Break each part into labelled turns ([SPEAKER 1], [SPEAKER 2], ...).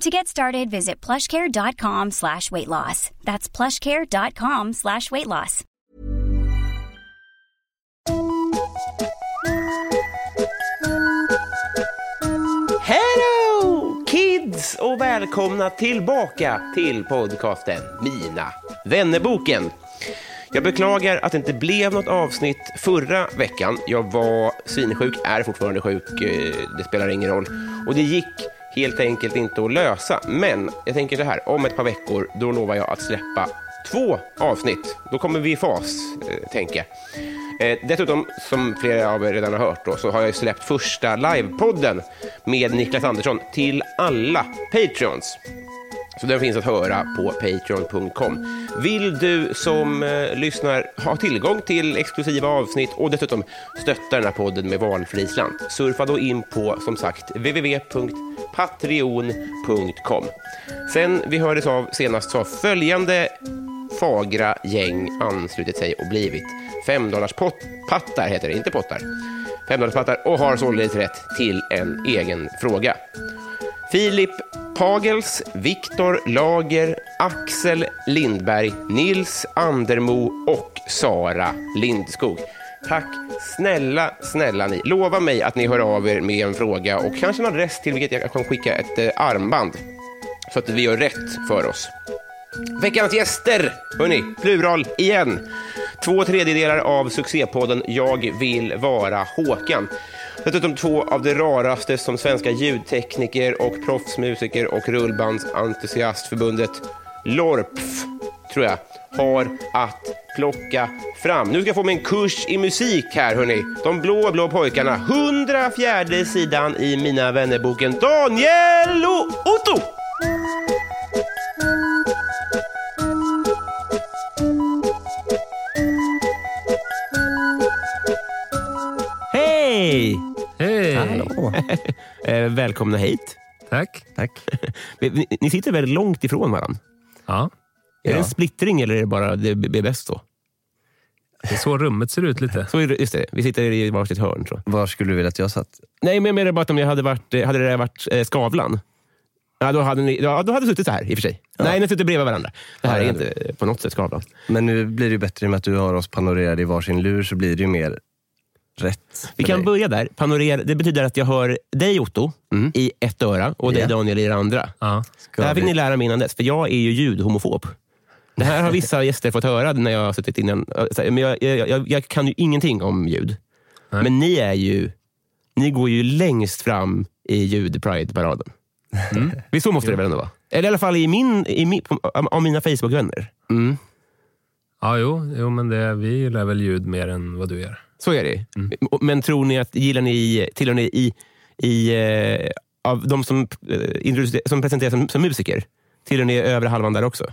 [SPEAKER 1] To get started, visit plushcare.com slash weight loss. That's plushcare.com slash weight loss.
[SPEAKER 2] Hello kids och välkomna tillbaka till podcasten Mina vännerboken. Jag beklagar att det inte blev något avsnitt förra veckan. Jag var svinsjuk, är fortfarande sjuk, eh, det spelar ingen roll. Och det gick helt enkelt inte att lösa. Men jag tänker det här, om ett par veckor då lovar jag att släppa två avsnitt. Då kommer vi i fas, eh, tänker jag. Eh, dessutom, som flera av er redan har hört, då, så har jag ju släppt första livepodden med Niklas Andersson till alla Patreons. Så den finns att höra på Patreon.com. Vill du som eh, lyssnar ha tillgång till exklusiva avsnitt och dessutom stötta den här podden med valfri slant, surfa då in på som sagt www.patreon.com. Sen vi hördes av senast så har följande fagra gäng anslutit sig och blivit femdollarspattar, heter det, inte pottar. Femdollarspattar och har således rätt till en egen fråga. Filip Pagels, Viktor Lager, Axel Lindberg, Nils Andermo och Sara Lindskog. Tack snälla, snälla ni. Lova mig att ni hör av er med en fråga och kanske en adress till vilket jag kan skicka ett eh, armband så att vi gör rätt för oss. Veckans gäster, hörni, plural igen. Två tredjedelar av succépodden Jag vill vara Håkan. Dessutom två av de raraste som svenska ljudtekniker och proffsmusiker och rullbandsentusiastförbundet LORPF, tror jag, har att plocka fram. Nu ska jag få mig en kurs i musik här, hörni. De blå, blå pojkarna. 104 sidan i Mina vännerboken. Daniel och Otto!
[SPEAKER 3] Hej!
[SPEAKER 4] Hej!
[SPEAKER 2] Eh, välkomna hit.
[SPEAKER 4] Tack.
[SPEAKER 3] Tack.
[SPEAKER 2] Ni, ni sitter väldigt långt ifrån varandra.
[SPEAKER 4] Ja,
[SPEAKER 2] Är det
[SPEAKER 3] Ja.
[SPEAKER 2] en splittring eller är det bara det b- blir bäst så?
[SPEAKER 4] det är så rummet ser ut lite.
[SPEAKER 2] så är det, just det, vi sitter i varsitt hörn. Så.
[SPEAKER 3] Var skulle du vilja att jag satt?
[SPEAKER 2] Nej, men jag menar bara att om jag hade, varit, eh, hade det där varit eh, Skavlan, ja, då, hade ni, ja, då hade ni suttit så här i och för sig. Nej, ni sitter bredvid varandra. Det här
[SPEAKER 3] Ja,
[SPEAKER 2] är
[SPEAKER 3] det
[SPEAKER 2] inte eh, på något sätt Skavlan.
[SPEAKER 3] Men nu blir det ju bättre i och med att du har oss panorerade i varsin lur så blir det ju mer rätt. för
[SPEAKER 2] Vi kan
[SPEAKER 3] dig.
[SPEAKER 2] börja där. Panorera, det betyder att jag hör dig Otto i ett öra och dig
[SPEAKER 3] Mm. Ja.
[SPEAKER 2] Daniel i det andra.
[SPEAKER 4] Ja.
[SPEAKER 2] det här fick
[SPEAKER 3] vi-
[SPEAKER 2] ni lära mig innan dess, för jag är ju ljudhomofob. Det här har vissa gäster fått höra när jag har suttit innan. äh, Så här, Men jag, jag, jag, jag kan ju ingenting om ljud.
[SPEAKER 4] Nej.
[SPEAKER 2] Men ni är ju ni går ju längst fram i ljudpride-paraden. Visst så måste det väl ändå vara? Eller i alla fall i min, i min, på- av- av mina Facebook-vänner.
[SPEAKER 4] Ja, jo, jo, men det, vi gillar väl ljud mer än vad du gör.
[SPEAKER 2] Så är det ju. Och- Men tror ni att, gillar ni, tillhör ni i, i eh, av de som, eh, introducer- som presenteras som, som musiker? Tillhör ni övre halvan där också?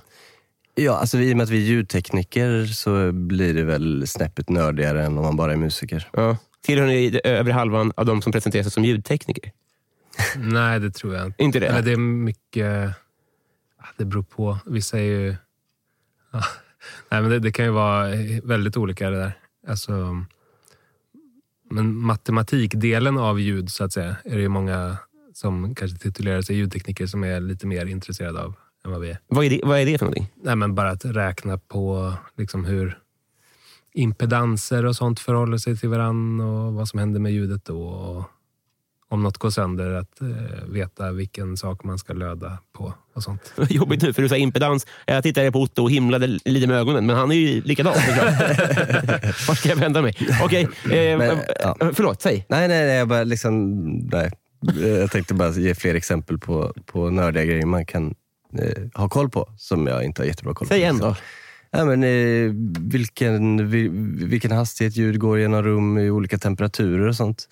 [SPEAKER 3] Ja, alltså i och med att vi är ljudtekniker så blir det väl snäppet nördigare än om man bara är musiker.
[SPEAKER 2] Ja. Tillhör ni i övre halvan av de som presenterar sig som ljudtekniker?
[SPEAKER 4] Nej, det tror jag inte.
[SPEAKER 2] Inte det?
[SPEAKER 4] Eller det är mycket... ja, Det beror på. Vissa är ju... Ja. Nej, men det, det kan ju vara väldigt olika det där. Alltså, men matematikdelen av ljud, så att säga, är det ju många som kanske titulerar sig ljudtekniker som är lite mer intresserade av än vad vi är.
[SPEAKER 2] Vad, är det, vad är det för någonting?
[SPEAKER 4] Nej, men bara att räkna på liksom hur impedanser och sånt förhåller sig till varann och vad som händer med ljudet då och, om något går sönder, att eh, veta vilken sak man ska löda på och sånt.
[SPEAKER 2] Jobbigt nu, för du sa impedans. Jag tittade på Otto och himlade lite med ögonen, men han är ju likadan. såklart. Vart ska jag vända mig? Okej, eh,
[SPEAKER 3] Men,
[SPEAKER 2] eh,
[SPEAKER 3] ja.
[SPEAKER 2] förlåt, säg.
[SPEAKER 3] Nej, nej, nej. Jag, bara, liksom, nej. Eh, jag tänkte bara ge fler exempel på, på nördiga grejer man kan eh, ha koll på, som jag inte har jättebra koll på.
[SPEAKER 2] Säg en
[SPEAKER 3] liksom.
[SPEAKER 2] då.
[SPEAKER 3] Ja, men, eh, vilken, vi, vilken hastighet ljud går genom rum i olika temperaturer och sånt.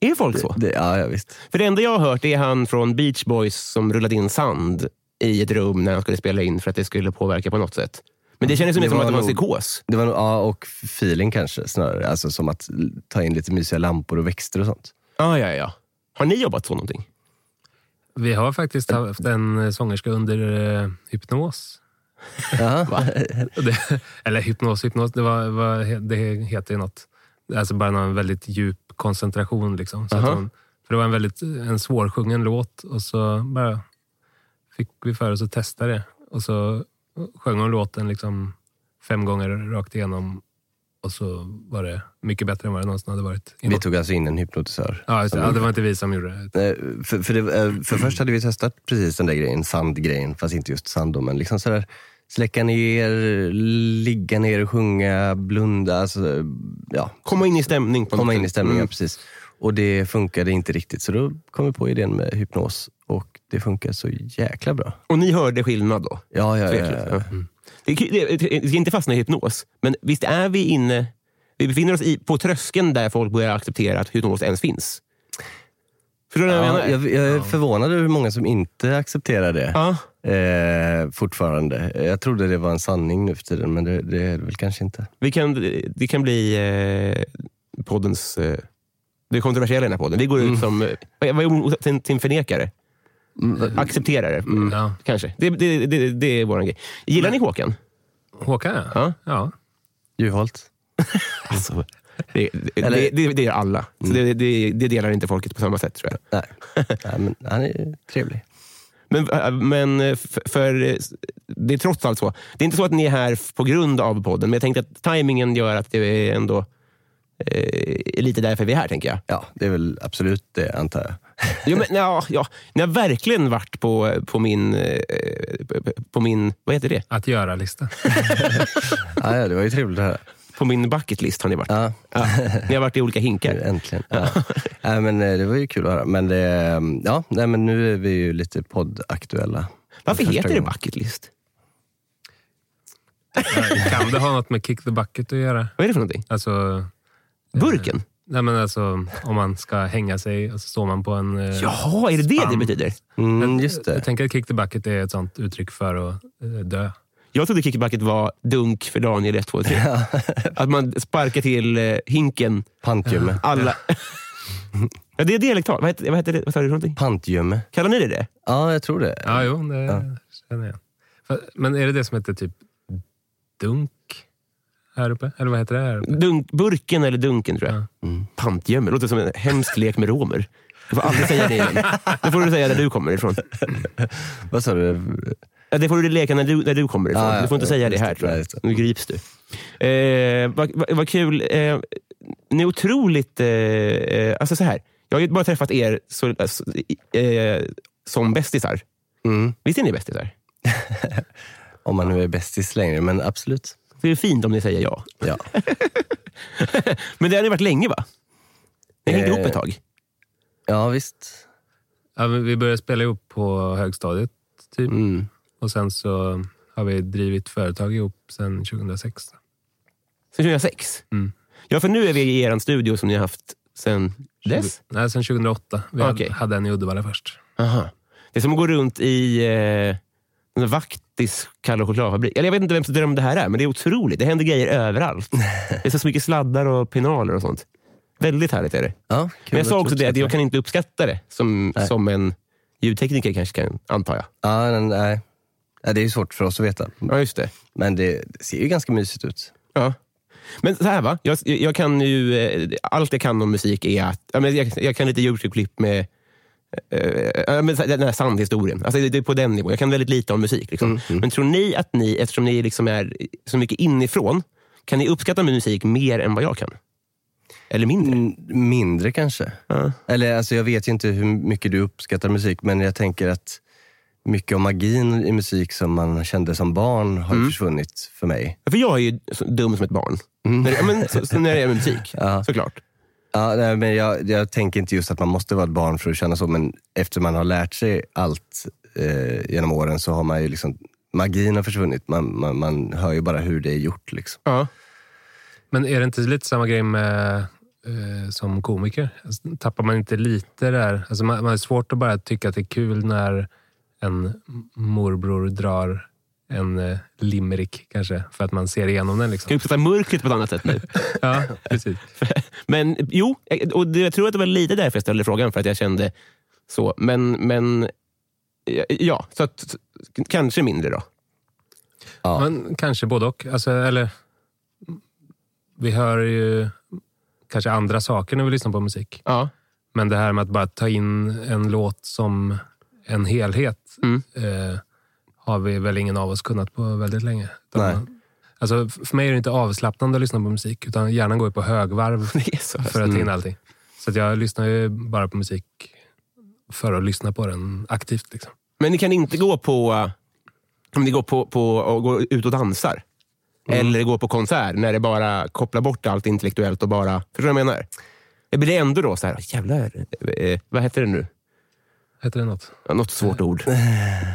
[SPEAKER 2] Är folk så?
[SPEAKER 3] Det, ja, ja, visst.
[SPEAKER 2] För det enda jag har hört är han från Beach Boys som rullade in sand i ett rum när han skulle spela in för att det skulle påverka på något sätt. Men det kändes ju
[SPEAKER 3] Det
[SPEAKER 2] mer som
[SPEAKER 3] var
[SPEAKER 2] att det var en
[SPEAKER 3] nog-
[SPEAKER 2] psykos.
[SPEAKER 3] Det var, nog- ja, och feeling kanske snarare. Alltså som att l- ta in lite mysiga lampor och växter och sånt.
[SPEAKER 2] Ah, ja, ja, ja. Har ni jobbat så någonting?
[SPEAKER 4] Vi har faktiskt haft en eh, sångerska under eh, hypnos.
[SPEAKER 3] Jaha.
[SPEAKER 4] Det, eller hypnos, hypnos, det, var, var, det heter ju något. Alltså bara någon väldigt djup koncentration. Liksom. Så att
[SPEAKER 2] Aha.
[SPEAKER 4] hon, för det var en väldigt en svårsjungen låt och så bara fick vi för oss att testa det. Och så sjöng hon låten liksom fem gånger rakt igenom och så var det mycket bättre än vad det någonsin hade varit.
[SPEAKER 3] Vi tog alltså in en hypnotisör.
[SPEAKER 4] Ja, just det. ja, det var inte vi som gjorde det.
[SPEAKER 3] Eh, För, för, det, eh, för först hade vi testat precis den där grejen, sandgrejen, fast inte just sand då, men liksom sådär släcka ner, ligga ner, sjunga, blunda, alltså, eh, ja,
[SPEAKER 2] Komma in i stämning. På
[SPEAKER 3] komma
[SPEAKER 2] något
[SPEAKER 3] in i
[SPEAKER 2] sätt.
[SPEAKER 3] stämningen.
[SPEAKER 2] Mm.
[SPEAKER 3] Precis. Och det funkade inte riktigt, så då kom vi på idén med hypnos och det funkar så jäkla bra.
[SPEAKER 2] Och ni hörde skillnad då?
[SPEAKER 3] Ja, ja, ja,
[SPEAKER 2] Tveklöst.
[SPEAKER 3] Eh,
[SPEAKER 2] Mm.
[SPEAKER 3] ja.
[SPEAKER 2] Det, är kul- det, det- vi ska inte fastna i hypnos, men visst är vi inne... Vi befinner oss i, på tröskeln där folk börjar acceptera att hypnos ens finns. Förstår du vad jag
[SPEAKER 3] Ja,
[SPEAKER 2] menar?
[SPEAKER 3] jag, jag är förvånad över hur många som inte accepterar det.
[SPEAKER 2] Ja.
[SPEAKER 3] Eh, fortfarande. Jag trodde det var en sanning nu för tiden, men det, det är det väl kanske inte.
[SPEAKER 2] Vi kan, det kan bli eh, poddens... Eh, det är kontroversiella i den här podden. Vi går
[SPEAKER 3] Mm.
[SPEAKER 2] ut som... eh, Vad vad är ordet till, till en förnekare?
[SPEAKER 3] Mm.
[SPEAKER 2] Accepterare, Mm,
[SPEAKER 4] Ja.
[SPEAKER 2] kanske. Det, det, det, det är vår grej. Gillar ni Håkan?
[SPEAKER 4] Håkan, ja.
[SPEAKER 2] Ja.
[SPEAKER 4] ja.
[SPEAKER 3] Juholt.
[SPEAKER 2] Alltså, det, det,
[SPEAKER 3] Eller- Mm.
[SPEAKER 2] det, det, det gör alla. Så det, det, det delar inte folket på samma sätt, tror jag.
[SPEAKER 3] Nej. Nej, men han är trevlig.
[SPEAKER 2] Men, eh, men f- för, eh, det är trots allt så. Det är inte så att ni är här på grund av podden, men jag tänkte att tajmingen gör att det är ändå eh, är lite därför vi är här, tänker jag.
[SPEAKER 3] Ja, det är väl absolut det, antar jag.
[SPEAKER 2] Jo, men, ja, ja, ni har verkligen varit på, på min... eh, På min... Vad heter det?
[SPEAKER 4] Att göra-lista.
[SPEAKER 3] Ja, ja, det var ju trevligt att höra.
[SPEAKER 2] På min bucket list har ni varit.
[SPEAKER 3] Ja,
[SPEAKER 2] Ja, ni har varit i olika
[SPEAKER 3] nu
[SPEAKER 2] hinkar.
[SPEAKER 3] äntligen. Ja. Nej, men eh, det var ju kul att höra. Men, det, ja, nej, men nu är vi ju lite poddaktuella.
[SPEAKER 2] Varför
[SPEAKER 3] Första
[SPEAKER 2] heter det
[SPEAKER 3] gången.
[SPEAKER 2] bucket list?
[SPEAKER 4] kan det ha något med kick the bucket att göra?
[SPEAKER 2] Vad är det för någonting?
[SPEAKER 4] Alltså,
[SPEAKER 3] Eh,
[SPEAKER 2] Burken?
[SPEAKER 4] Nej, men alltså, om man ska hänga sig och så står man på en... eh,
[SPEAKER 2] Jaha, är det det det
[SPEAKER 4] Span.
[SPEAKER 2] betyder?
[SPEAKER 3] Mm, just det.
[SPEAKER 4] Jag tänker att kick the bucket är ett sånt uttryck för att eh, dö.
[SPEAKER 2] Jag trodde kickbacket var dunk för Daniel 1, 2, 3. Att man sparkar till eh, hinken
[SPEAKER 3] Pantgömme.
[SPEAKER 2] Alla. ja, det är dialektal. Vad heter, vad heter det? Vad sa du för någonting?
[SPEAKER 3] Pantgömme.
[SPEAKER 2] Kallar ni det det?
[SPEAKER 3] Ja, jag tror det.
[SPEAKER 4] Ja, jo, det känner jag. Fa- Men är det det som heter typ dunk här uppe? Eller vad heter det här uppe?
[SPEAKER 2] Dunk, burken eller dunken, tror jag.
[SPEAKER 3] Mm.
[SPEAKER 2] Pantgömmel. Mm. Låter som en hemsk lek med romer. Du får aldrig säga det igen. Det får du säga där du kommer ifrån.
[SPEAKER 3] Vad sa du?
[SPEAKER 2] Ja, det får du leka när du, när du kommer ifrån.
[SPEAKER 3] Ja, ja.
[SPEAKER 2] Du får inte säga det
[SPEAKER 3] Just
[SPEAKER 2] här,
[SPEAKER 3] det.
[SPEAKER 2] tror jag.
[SPEAKER 3] Nej, just det.
[SPEAKER 2] Nu grips du. Eh, vad, vad, vad kul. Eh, ni är otroligt... Eh, eh, alltså så här. Jag har ju bara träffat er så, alltså, eh, som bästisar.
[SPEAKER 3] Mm.
[SPEAKER 2] Visst är ni bästisar?
[SPEAKER 3] Om man nu är bästis längre, men absolut.
[SPEAKER 2] Det är fint om ni säger ja.
[SPEAKER 3] Ja.
[SPEAKER 2] Men det har ni varit länge, va? Ni hängde
[SPEAKER 3] Eh,
[SPEAKER 2] ihop ett tag.
[SPEAKER 3] Ja, visst.
[SPEAKER 4] Ja, men vi började spela ihop på högstadiet, typ.
[SPEAKER 3] Mm.
[SPEAKER 4] Och sen så har vi drivit företag ihop sedan 2006.
[SPEAKER 2] Sen 2006?
[SPEAKER 4] Mm.
[SPEAKER 2] Ja, för nu är vi i er studio som ni har haft sen dess.
[SPEAKER 4] Nej, sen 2008. Vi hade-
[SPEAKER 2] Okej.
[SPEAKER 4] hade en i Uddevalla först.
[SPEAKER 2] Aha. Det är som att gå runt i eh, en vaktis kall och chokladfabrik. Eller jag vet inte vems dröm det här är, men det är otroligt. Det händer grejer överallt. Det är så mycket sladdar och pinaler och sånt. Väldigt härligt är det.
[SPEAKER 3] Ja, kul
[SPEAKER 2] men jag sa
[SPEAKER 3] att
[SPEAKER 2] också
[SPEAKER 3] du
[SPEAKER 2] det att
[SPEAKER 3] uppskattar
[SPEAKER 2] jag kan inte uppskatta det som,
[SPEAKER 3] Nej.
[SPEAKER 2] som en ljudtekniker kanske kan, antar jag.
[SPEAKER 3] Ja, nej, nej. Ja, det är ju svårt för oss att veta.
[SPEAKER 2] Ja, just det.
[SPEAKER 3] Men det ser ju ganska mysigt ut.
[SPEAKER 2] Ja. Men så här va, jag, jag kan ju, eh, allt jag kan om musik är att, ja, men jag, jag kan lite Youtube-klipp med eh, ja, men så här, den här sandhistorien. Alltså det, det är på den nivån. Jag kan väldigt lite om musik. Liksom. Men tror ni att ni, eftersom ni liksom är så mycket inifrån, kan ni uppskatta musik mer än vad jag kan? Eller mindre?
[SPEAKER 3] N- Mm, mindre kanske.
[SPEAKER 2] Ja.
[SPEAKER 3] Eller alltså, jag vet ju inte hur mycket du uppskattar musik, men jag tänker att mycket av magin i musik som man kände som barn har ju
[SPEAKER 2] Mm.
[SPEAKER 3] försvunnit för mig.
[SPEAKER 2] För jag är ju så dum som ett barn. När, det- ja, men, så, så när det är med musik, såklart.
[SPEAKER 3] Ja, nej, men jag, jag tänker inte just att man måste vara ett barn för att känna så, men efter man har lärt sig allt eh, genom åren så har man ju liksom, magin har försvunnit. Man, man, man hör ju bara hur det är gjort. Liksom.
[SPEAKER 2] Ja.
[SPEAKER 4] Men är det inte lite samma grej med, eh, som komiker? Alltså, tappar man inte lite där? Alltså, man, man är svårt att bara tycka att det är kul när en morbror drar en eh, limerick kanske, för att man ser igenom den.
[SPEAKER 2] Jag
[SPEAKER 4] Liksom.
[SPEAKER 2] uppskattar mörkret på ett annat sätt nu.
[SPEAKER 4] Ja, precis.
[SPEAKER 2] Men jo, och det- jag tror att det var lite därför jag ställde frågan, för att jag kände så. Men, men ja, så att, så- kanske mindre då.
[SPEAKER 3] Ja.
[SPEAKER 4] Men kanske både och. Alltså, eller, vi hör ju kanske andra saker när vi lyssnar på musik.
[SPEAKER 2] Ja.
[SPEAKER 4] Men det här med att bara ta in en låt som en helhet
[SPEAKER 2] Mm.
[SPEAKER 4] eh, har vi väl ingen av oss kunnat på väldigt länge. Utan
[SPEAKER 3] Nej.
[SPEAKER 4] man- Alltså, f- för mig är det inte avslappnande att lyssna på musik, utan hjärnan går ju på högvarv
[SPEAKER 2] Det är så.
[SPEAKER 4] för att ta in allting. Så att jag lyssnar ju bara på musik för att lyssna på den aktivt. Liksom.
[SPEAKER 2] Men ni kan inte gå på, om ni går på, på och går ut och dansar.
[SPEAKER 4] Mm.
[SPEAKER 2] Eller gå på konsert när det bara kopplar bort allt intellektuellt och bara... Förstår du vad jag menar? Det blir ändå då så här, jävlar, eh, vad heter det nu?
[SPEAKER 4] Heter det något?
[SPEAKER 2] Ja, Något svårt ord.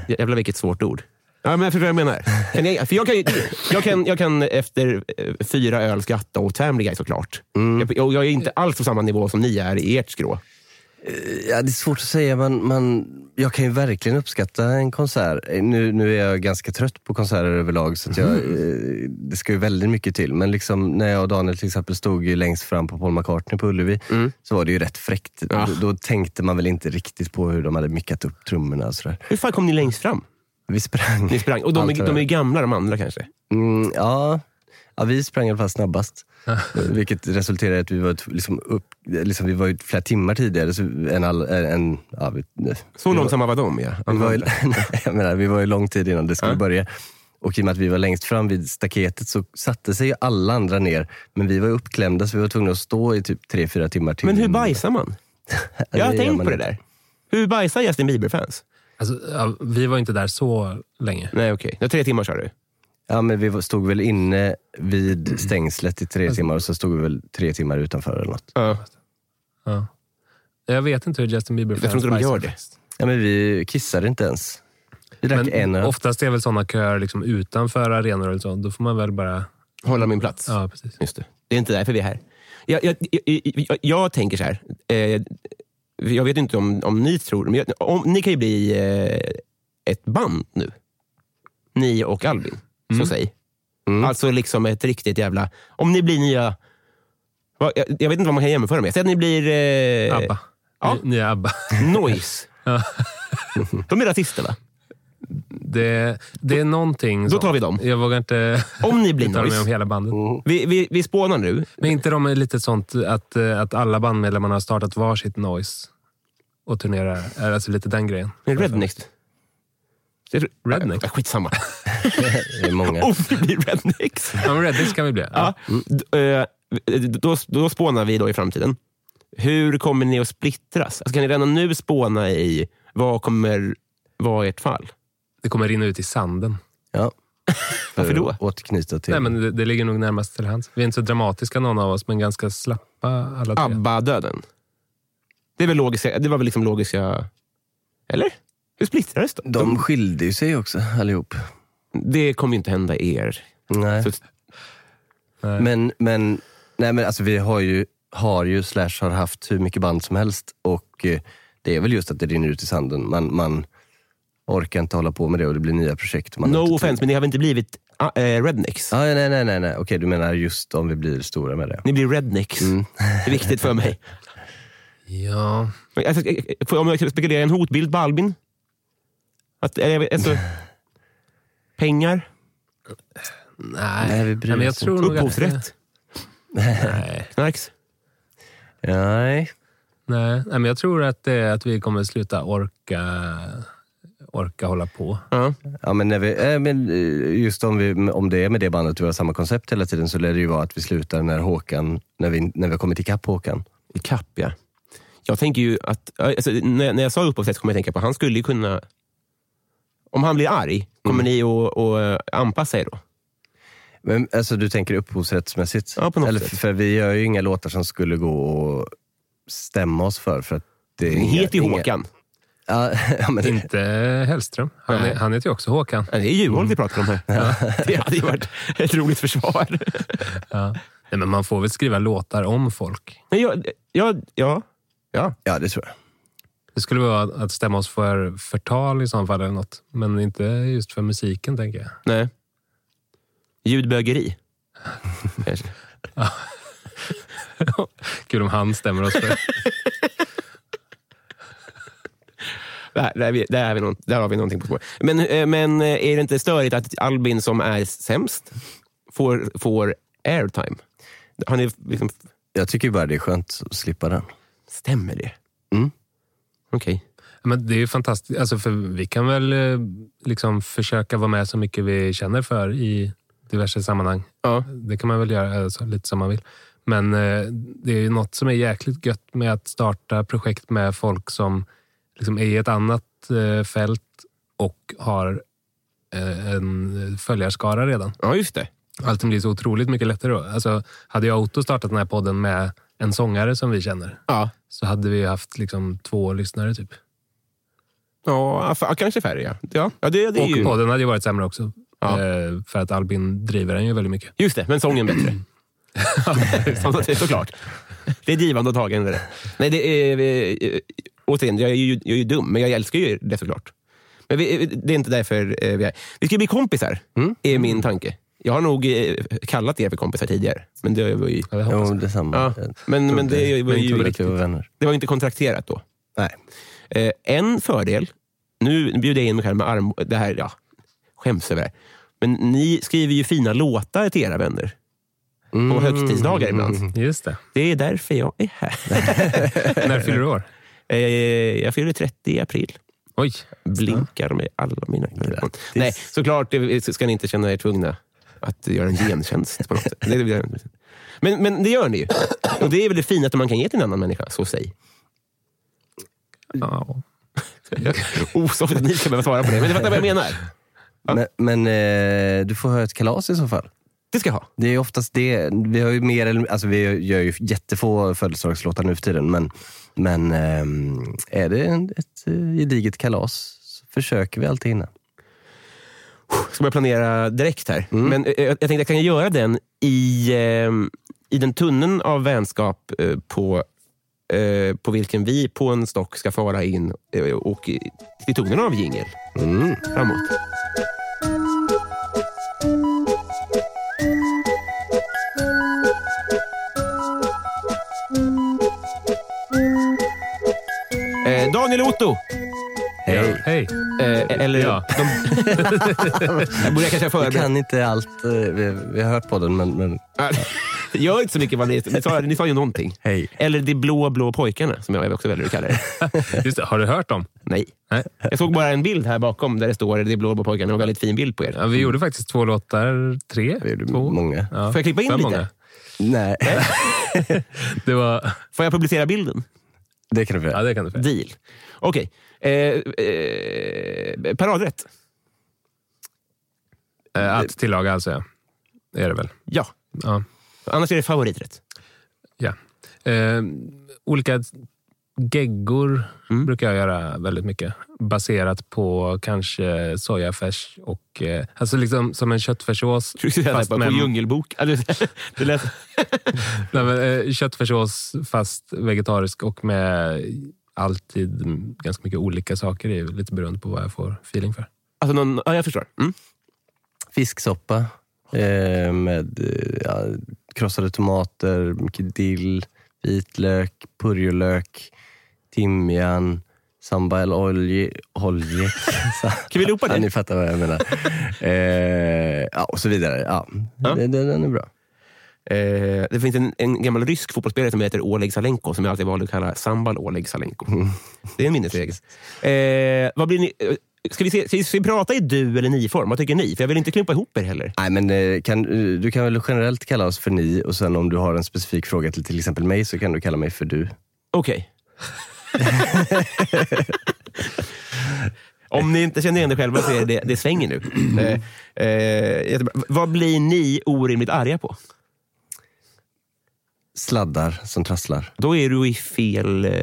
[SPEAKER 2] Jävlar vilket svårt ord. Eh. Ja, men jag förstår vad jag menar. Kan jag, för jag, kan, ju- jag, kan, jag kan efter eh, fyra öl skratta åt Family Guy såklart. Jag, jag, jag är inte alls på samma nivå som ni är i ert skrå.
[SPEAKER 3] Ja, det är svårt att säga. Man, man, jag kan ju verkligen uppskatta en konsert. Eh, Nu, nu är jag ganska trött på konserter överlag, så att jag, eh, det ska ju väldigt mycket till. Men liksom, när jag och Daniel till exempel stod ju längst fram på Paul McCartney på Ullevi, så var det ju rätt fräckt.
[SPEAKER 2] Ja.
[SPEAKER 3] Då, då tänkte man väl inte riktigt på hur de hade mickat upp trummorna och sådär.
[SPEAKER 2] Hur fan kom ni längst fram?
[SPEAKER 3] Vi sprang.
[SPEAKER 2] Ni sprang. Och de, är-
[SPEAKER 3] Allt
[SPEAKER 2] de är
[SPEAKER 3] över.
[SPEAKER 2] gamla de andra kanske?
[SPEAKER 3] Mm, ja. ja, vi sprang i alla fall snabbast. Vilket resulterade i att vi var, t- liksom upp, liksom vi var ju flera timmar tidigare så än all, än, ja, vi,
[SPEAKER 2] Så långsamma var de, ja.
[SPEAKER 3] Vi var, ju, nej, jag menar, vi var ju lång tid innan det skulle börja. Och i och med att vi var längst fram vid staketet så satte sig ju alla andra ner. Men vi var ju uppklämda så vi var tvungna att stå i typ tre fyra timmar till.
[SPEAKER 2] Men hur bajsar man?
[SPEAKER 3] det
[SPEAKER 2] Jag har
[SPEAKER 3] gör
[SPEAKER 2] tänkt
[SPEAKER 3] man
[SPEAKER 2] på Mm. det
[SPEAKER 3] inte.
[SPEAKER 2] där. Hur bajsar Justin Bieber-fans?
[SPEAKER 4] Alltså, ja, vi var inte där så länge.
[SPEAKER 2] Nej, okej. Det var Tre timmar sa du?
[SPEAKER 3] Ja, men vi var- stod väl inne vid stängslet i tre
[SPEAKER 2] Alltså-
[SPEAKER 3] timmar och så stod vi väl tre timmar utanför eller något.
[SPEAKER 2] Ja.
[SPEAKER 4] Ja. Jag vet inte hur Justin Bieber
[SPEAKER 2] Jag tror inte de gör det.
[SPEAKER 3] Ja, men vi kissade inte ens. Vi drack en
[SPEAKER 4] Men
[SPEAKER 3] öl.
[SPEAKER 4] oftast är väl sådana köer liksom utanför arenor och så. Då får man väl bara...
[SPEAKER 2] Hålla min plats.
[SPEAKER 4] Ja, precis.
[SPEAKER 2] Just det. Det är inte därför vi är här. Jag, jag, jag, jag, jag tänker så här. Eh, jag vet inte om, om ni tror men jag, om, Ni kan ju bli eh, ett band nu. Ni och Albin.
[SPEAKER 4] Mm.
[SPEAKER 2] Så säg. Alltså liksom ett riktigt jävla... Om ni blir nya... vad- Jag, jag vet inte vad man kan jämföra med. Säg att ni blir... Eh,
[SPEAKER 4] Abba.
[SPEAKER 2] ja.
[SPEAKER 4] Ny- Nya Abba.
[SPEAKER 2] Noise. De är rasister va?
[SPEAKER 4] Det, det är någonting
[SPEAKER 2] Då
[SPEAKER 4] sånt.
[SPEAKER 2] tar vi dem.
[SPEAKER 4] Jag vågar inte
[SPEAKER 2] Om ni blir
[SPEAKER 4] uttala mig
[SPEAKER 2] noise. Mm.
[SPEAKER 4] om hela bandet.
[SPEAKER 2] Vi, vi, vi spånar nu.
[SPEAKER 4] Men inte de är lite sånt att, eh, att alla bandmedlemmarna har startat varsitt noise och turnerar. Eh, Alltså lite den grejen.
[SPEAKER 2] Rednex. Jag tror-
[SPEAKER 4] Rednex?
[SPEAKER 2] Ja, Skitsamma.
[SPEAKER 3] Det är många.
[SPEAKER 2] Om vi blir rednex.
[SPEAKER 4] Ja, men Rednex kan vi bli.
[SPEAKER 2] Ja. D- eh, Då, då spånar vi då i framtiden. Hur kommer ni att splittras? Alltså kan ni redan nu spåna i vad kommer vara ert fall?
[SPEAKER 4] Det kommer rinna ut i sanden.
[SPEAKER 3] Ja.
[SPEAKER 2] Varför då?
[SPEAKER 3] För att Återknyta till...
[SPEAKER 4] Nej, men det, det ligger nog närmast till hands. Vi är inte så dramatiska någon av oss, men ganska slappa alla tre.
[SPEAKER 2] ABBA-döden. Det, är väl logiska, det var väl liksom logiska... Eller? Hur splittrades de?
[SPEAKER 3] De skilde ju sig också allihop.
[SPEAKER 2] Det kommer ju inte hända er.
[SPEAKER 3] Nej.
[SPEAKER 2] Så,
[SPEAKER 3] Men, men, nej men alltså vi har ju, har ju slash har haft hur mycket band som helst och eh, det är väl just att det rinner ut i sanden. Man, man orkar inte hålla på med det och det blir nya projekt. Man har
[SPEAKER 2] no
[SPEAKER 3] inte
[SPEAKER 2] offense, men ni har väl inte blivit ah, eh, rednex?
[SPEAKER 3] tid. Ah, ja, nej, nej, nej, nej. Okej, du menar just om vi blir stora med det.
[SPEAKER 2] Ni blir rednex.
[SPEAKER 3] Mm.
[SPEAKER 2] Det är viktigt för mig.
[SPEAKER 4] Ja.
[SPEAKER 2] Men Alltså, eh, eh, får- om jag kan spekulera, en hotbild på Albin? Att, eh, jag vet- alltså, pengar?
[SPEAKER 4] Nej,
[SPEAKER 3] Nej, vi bryr
[SPEAKER 4] men jag
[SPEAKER 3] oss
[SPEAKER 4] tror nog att-
[SPEAKER 2] Upphovsrätt?
[SPEAKER 4] Nej.
[SPEAKER 2] Knarks?
[SPEAKER 3] Mm. Nej.
[SPEAKER 4] Nej, nej, men jag tror att, det, är att vi kommer sluta orka orka hålla på.
[SPEAKER 2] Ja.
[SPEAKER 3] Ja, men, när vi, eh, men eh, just om, vi, om det är med det bandet vi har samma koncept hela tiden så lär det ju vara att vi slutar när Håkan, när vi, när vi har kommit ikapp Håkan.
[SPEAKER 2] I kapp, ja. Jag tänker ju att... Alltså, när, jag- när jag sa upphovsrätt kommer jag tänka på han skulle ju kunna... Om han blir arg, kommer
[SPEAKER 3] Mm.
[SPEAKER 2] ni att att, eh, anpassa er då?
[SPEAKER 3] Men, alltså du tänker upphovsrättsmässigt?
[SPEAKER 2] Ja, på något
[SPEAKER 3] Eller,
[SPEAKER 2] sätt.
[SPEAKER 3] För vi gör ju inga låtar som skulle gå att stämma oss för. för att det är
[SPEAKER 2] Ni
[SPEAKER 3] inga-
[SPEAKER 2] heter ju
[SPEAKER 3] inga-
[SPEAKER 2] Håkan.
[SPEAKER 3] Ja, ja, men det,
[SPEAKER 4] Inte Hellström. Han, är,
[SPEAKER 2] Nej.
[SPEAKER 4] han heter ju också Håkan.
[SPEAKER 2] Ja, Det är Juholt vi pratar om här. Det hade ju varit ett roligt försvar.
[SPEAKER 4] Ja. Nej, men man får väl skriva låtar om folk.
[SPEAKER 2] Men jag, jag, ja, ja.
[SPEAKER 3] ja, det tror jag.
[SPEAKER 4] Det skulle vara att- att stämma oss för förtal i så fall eller något. Men inte just för musiken, tänker jag.
[SPEAKER 2] Nej. Ljudbögeri. Kanske.
[SPEAKER 4] Kul om han stämmer oss för...
[SPEAKER 2] Äh, Där, där, är vi- där, är vi någon, där har vi någonting på spåret. Men, eh, men eh, är det inte störigt att Albin som är sämst får, får airtime? Han är liksom,
[SPEAKER 3] Jag tycker ju bara det är skönt att slippa den.
[SPEAKER 2] stämmer det?
[SPEAKER 3] Mm.
[SPEAKER 2] Okej.
[SPEAKER 4] Men det är ju fantastiskt. Alltså, för vi kan väl eh, liksom försöka vara med så mycket vi känner för i diverse sammanhang.
[SPEAKER 2] Ja.
[SPEAKER 4] Det kan man väl göra alltså, lite som man vill. Men eh, det är ju något som är jäkligt gött med att starta projekt med folk som liksom är i ett annat eh, fält och har eh, en följarskara redan.
[SPEAKER 2] ja, just det.
[SPEAKER 4] Allting blir så otroligt mycket lättare då. Alltså, hade jag och Otto startat den här podden med en sångare som vi känner
[SPEAKER 2] Ja,
[SPEAKER 4] så hade vi haft liksom två lyssnare typ.
[SPEAKER 2] ja f- ja, kanske färre. Ja, ja, ja det, det är
[SPEAKER 4] Och
[SPEAKER 2] ju...
[SPEAKER 4] podden hade ju varit sämre också.
[SPEAKER 2] Ja.
[SPEAKER 4] Eh, För att Albin driver den ju väldigt mycket.
[SPEAKER 2] Just det, men sången bättre. Så- så- Såklart. Det är givande och tagande. det. Nej, det är, eh, återigen, jag är, ju, jag är ju dum, men jag älskar ju det såklart. Men vi, det är inte därför eh, vi är Vi ska bli kompisar, är min tanke. Jag har nog eh, kallat er för kompisar tidigare. Men det var ju,
[SPEAKER 4] Ja, det hoppas
[SPEAKER 3] Jo,
[SPEAKER 4] jag.
[SPEAKER 3] detsamma.
[SPEAKER 2] Alltså, ja,
[SPEAKER 3] Jag
[SPEAKER 2] men, men det var
[SPEAKER 3] trodde- jag
[SPEAKER 2] ju
[SPEAKER 3] trodde att vi
[SPEAKER 2] riktigt,
[SPEAKER 3] var vänner.
[SPEAKER 2] det var ju inte kontrakterat då.
[SPEAKER 3] Nej.
[SPEAKER 2] Eh, en fördel, nu bjuder jag in mig själv med arm... Det här, ja, skäms över det här. Men ni skriver ju fina låtar till era vänner. På högtidsdagar ibland.
[SPEAKER 4] Mm, Just det.
[SPEAKER 2] Det är därför jag är här.
[SPEAKER 4] När fyller du år?
[SPEAKER 2] Eh, jag fyller 30 i april.
[SPEAKER 4] Oj.
[SPEAKER 2] Blinkar med alla mina ögon. Nej, såklart det ska ni inte känna er tvungna att göra en gentjänst på något sätt. Det vill jag- Men, men det gör ni ju. Och det är väl det fina att man kan ge till en annan människa, så säg.
[SPEAKER 4] Ja.
[SPEAKER 2] Osoft Oh, att ni ska behöva svara på det, men du fattar vad jag menar.
[SPEAKER 3] Men, men eh, du får ha ett kalas i så fall.
[SPEAKER 2] Det ska jag ha.
[SPEAKER 3] Det är oftast det. Vi, har ju mer, eller- alltså vi gör ju jättefå födelsedagslåtar nu för tiden, men, men ehm, är det en- ett eh, gediget kalas så försöker vi alltid hinna.
[SPEAKER 2] ska börja planera direkt här. Men eh, jag, jag tänkte jag kan ju göra den i, eh, i den tunneln av vänskap eh, på, eh, på vilken vi på en stock ska fara in eh, och i, i tonen av jingel framåt. Eh, Daniel Otto!
[SPEAKER 4] Ja. Hej.
[SPEAKER 2] Eh, eller
[SPEAKER 4] Ja.
[SPEAKER 2] de... jag borde kanske ha
[SPEAKER 3] Vi
[SPEAKER 2] förberett.
[SPEAKER 3] kan inte allt. eh, Vi, vi har hört på den, men, men
[SPEAKER 2] Ja, det Gör inte så mycket vad ni, ni, sa, ni sa ju någonting.
[SPEAKER 3] Hej.
[SPEAKER 2] Eller de blå, blå pojkarna, som jag också väljer att kalla det.
[SPEAKER 4] Just det. Har du hört dem?
[SPEAKER 2] Nej.
[SPEAKER 4] Nej.
[SPEAKER 2] Jag såg bara en bild här bakom där det står de blå, blå pojkarna. En väldigt fin bild på er.
[SPEAKER 4] Ja, vi gjorde faktiskt två låtar. Tre?
[SPEAKER 3] vi gjorde
[SPEAKER 4] två?
[SPEAKER 3] många.
[SPEAKER 4] Ja.
[SPEAKER 2] Får jag klippa in
[SPEAKER 4] Fem
[SPEAKER 2] lite?
[SPEAKER 4] många.
[SPEAKER 3] Nej,
[SPEAKER 4] Det var...
[SPEAKER 2] Får jag publicera bilden?
[SPEAKER 3] det kan vi
[SPEAKER 4] Ja,
[SPEAKER 3] göra.
[SPEAKER 4] det kan du få.
[SPEAKER 2] Deal. Okej. Eh, eh, paradrätt.
[SPEAKER 4] Eh, Att tillaga alltså, ja. Det är det väl.
[SPEAKER 2] Ja.
[SPEAKER 4] Ja.
[SPEAKER 2] Annars är det favoriträtt.
[SPEAKER 4] ja. Eh, olika geggor
[SPEAKER 2] Mm.
[SPEAKER 4] brukar jag göra väldigt mycket. Baserat på kanske sojafärs och... Eh, alltså liksom som en köttfärssås.
[SPEAKER 2] Du skulle säga
[SPEAKER 4] fast
[SPEAKER 2] det här, på
[SPEAKER 4] med-
[SPEAKER 2] djungelbok. Ja, det- Det lät...
[SPEAKER 4] Nej, men, eh, köttfärssås fast vegetarisk och med alltid ganska mycket olika saker i. Lite beroende på vad jag får feeling för.
[SPEAKER 2] Alltså någon, ja, jag förstår. Mm.
[SPEAKER 3] Fisksoppa eh, med eh, ja, krossade tomater, mycket dill, vitlök, purjolök, timjan, sambal olje... olje.
[SPEAKER 2] Kan vi loopa
[SPEAKER 3] Ja,
[SPEAKER 2] det?
[SPEAKER 3] ni fattar vad jag menar. eh, ja, och så vidare. Ja.
[SPEAKER 2] Ja.
[SPEAKER 3] Den, den är bra.
[SPEAKER 2] Eh, det finns en, en gammal rysk fotbollsspelare som heter Oleg Salenko som jag alltid valde att kalla Sambal Oleg Salenko. Det är en minnesregel. Eh, vad blir ni, eh, ska, vi se, ska vi- ska vi prata i du eller ni-form? Vad tycker ni? För jag vill inte klumpa ihop er heller.
[SPEAKER 3] Nej, men eh, kan, du kan väl generellt kalla oss för ni och sen om du har en specifik fråga till till exempel mig så kan du kalla mig för du.
[SPEAKER 2] Okej. Om ni inte känner igen det själva så är det, det svänger nu. Eh, eh, jättebra. vad blir ni orimligt arga på?
[SPEAKER 3] Sladdar som trasslar.
[SPEAKER 2] Då är du i fel... eh,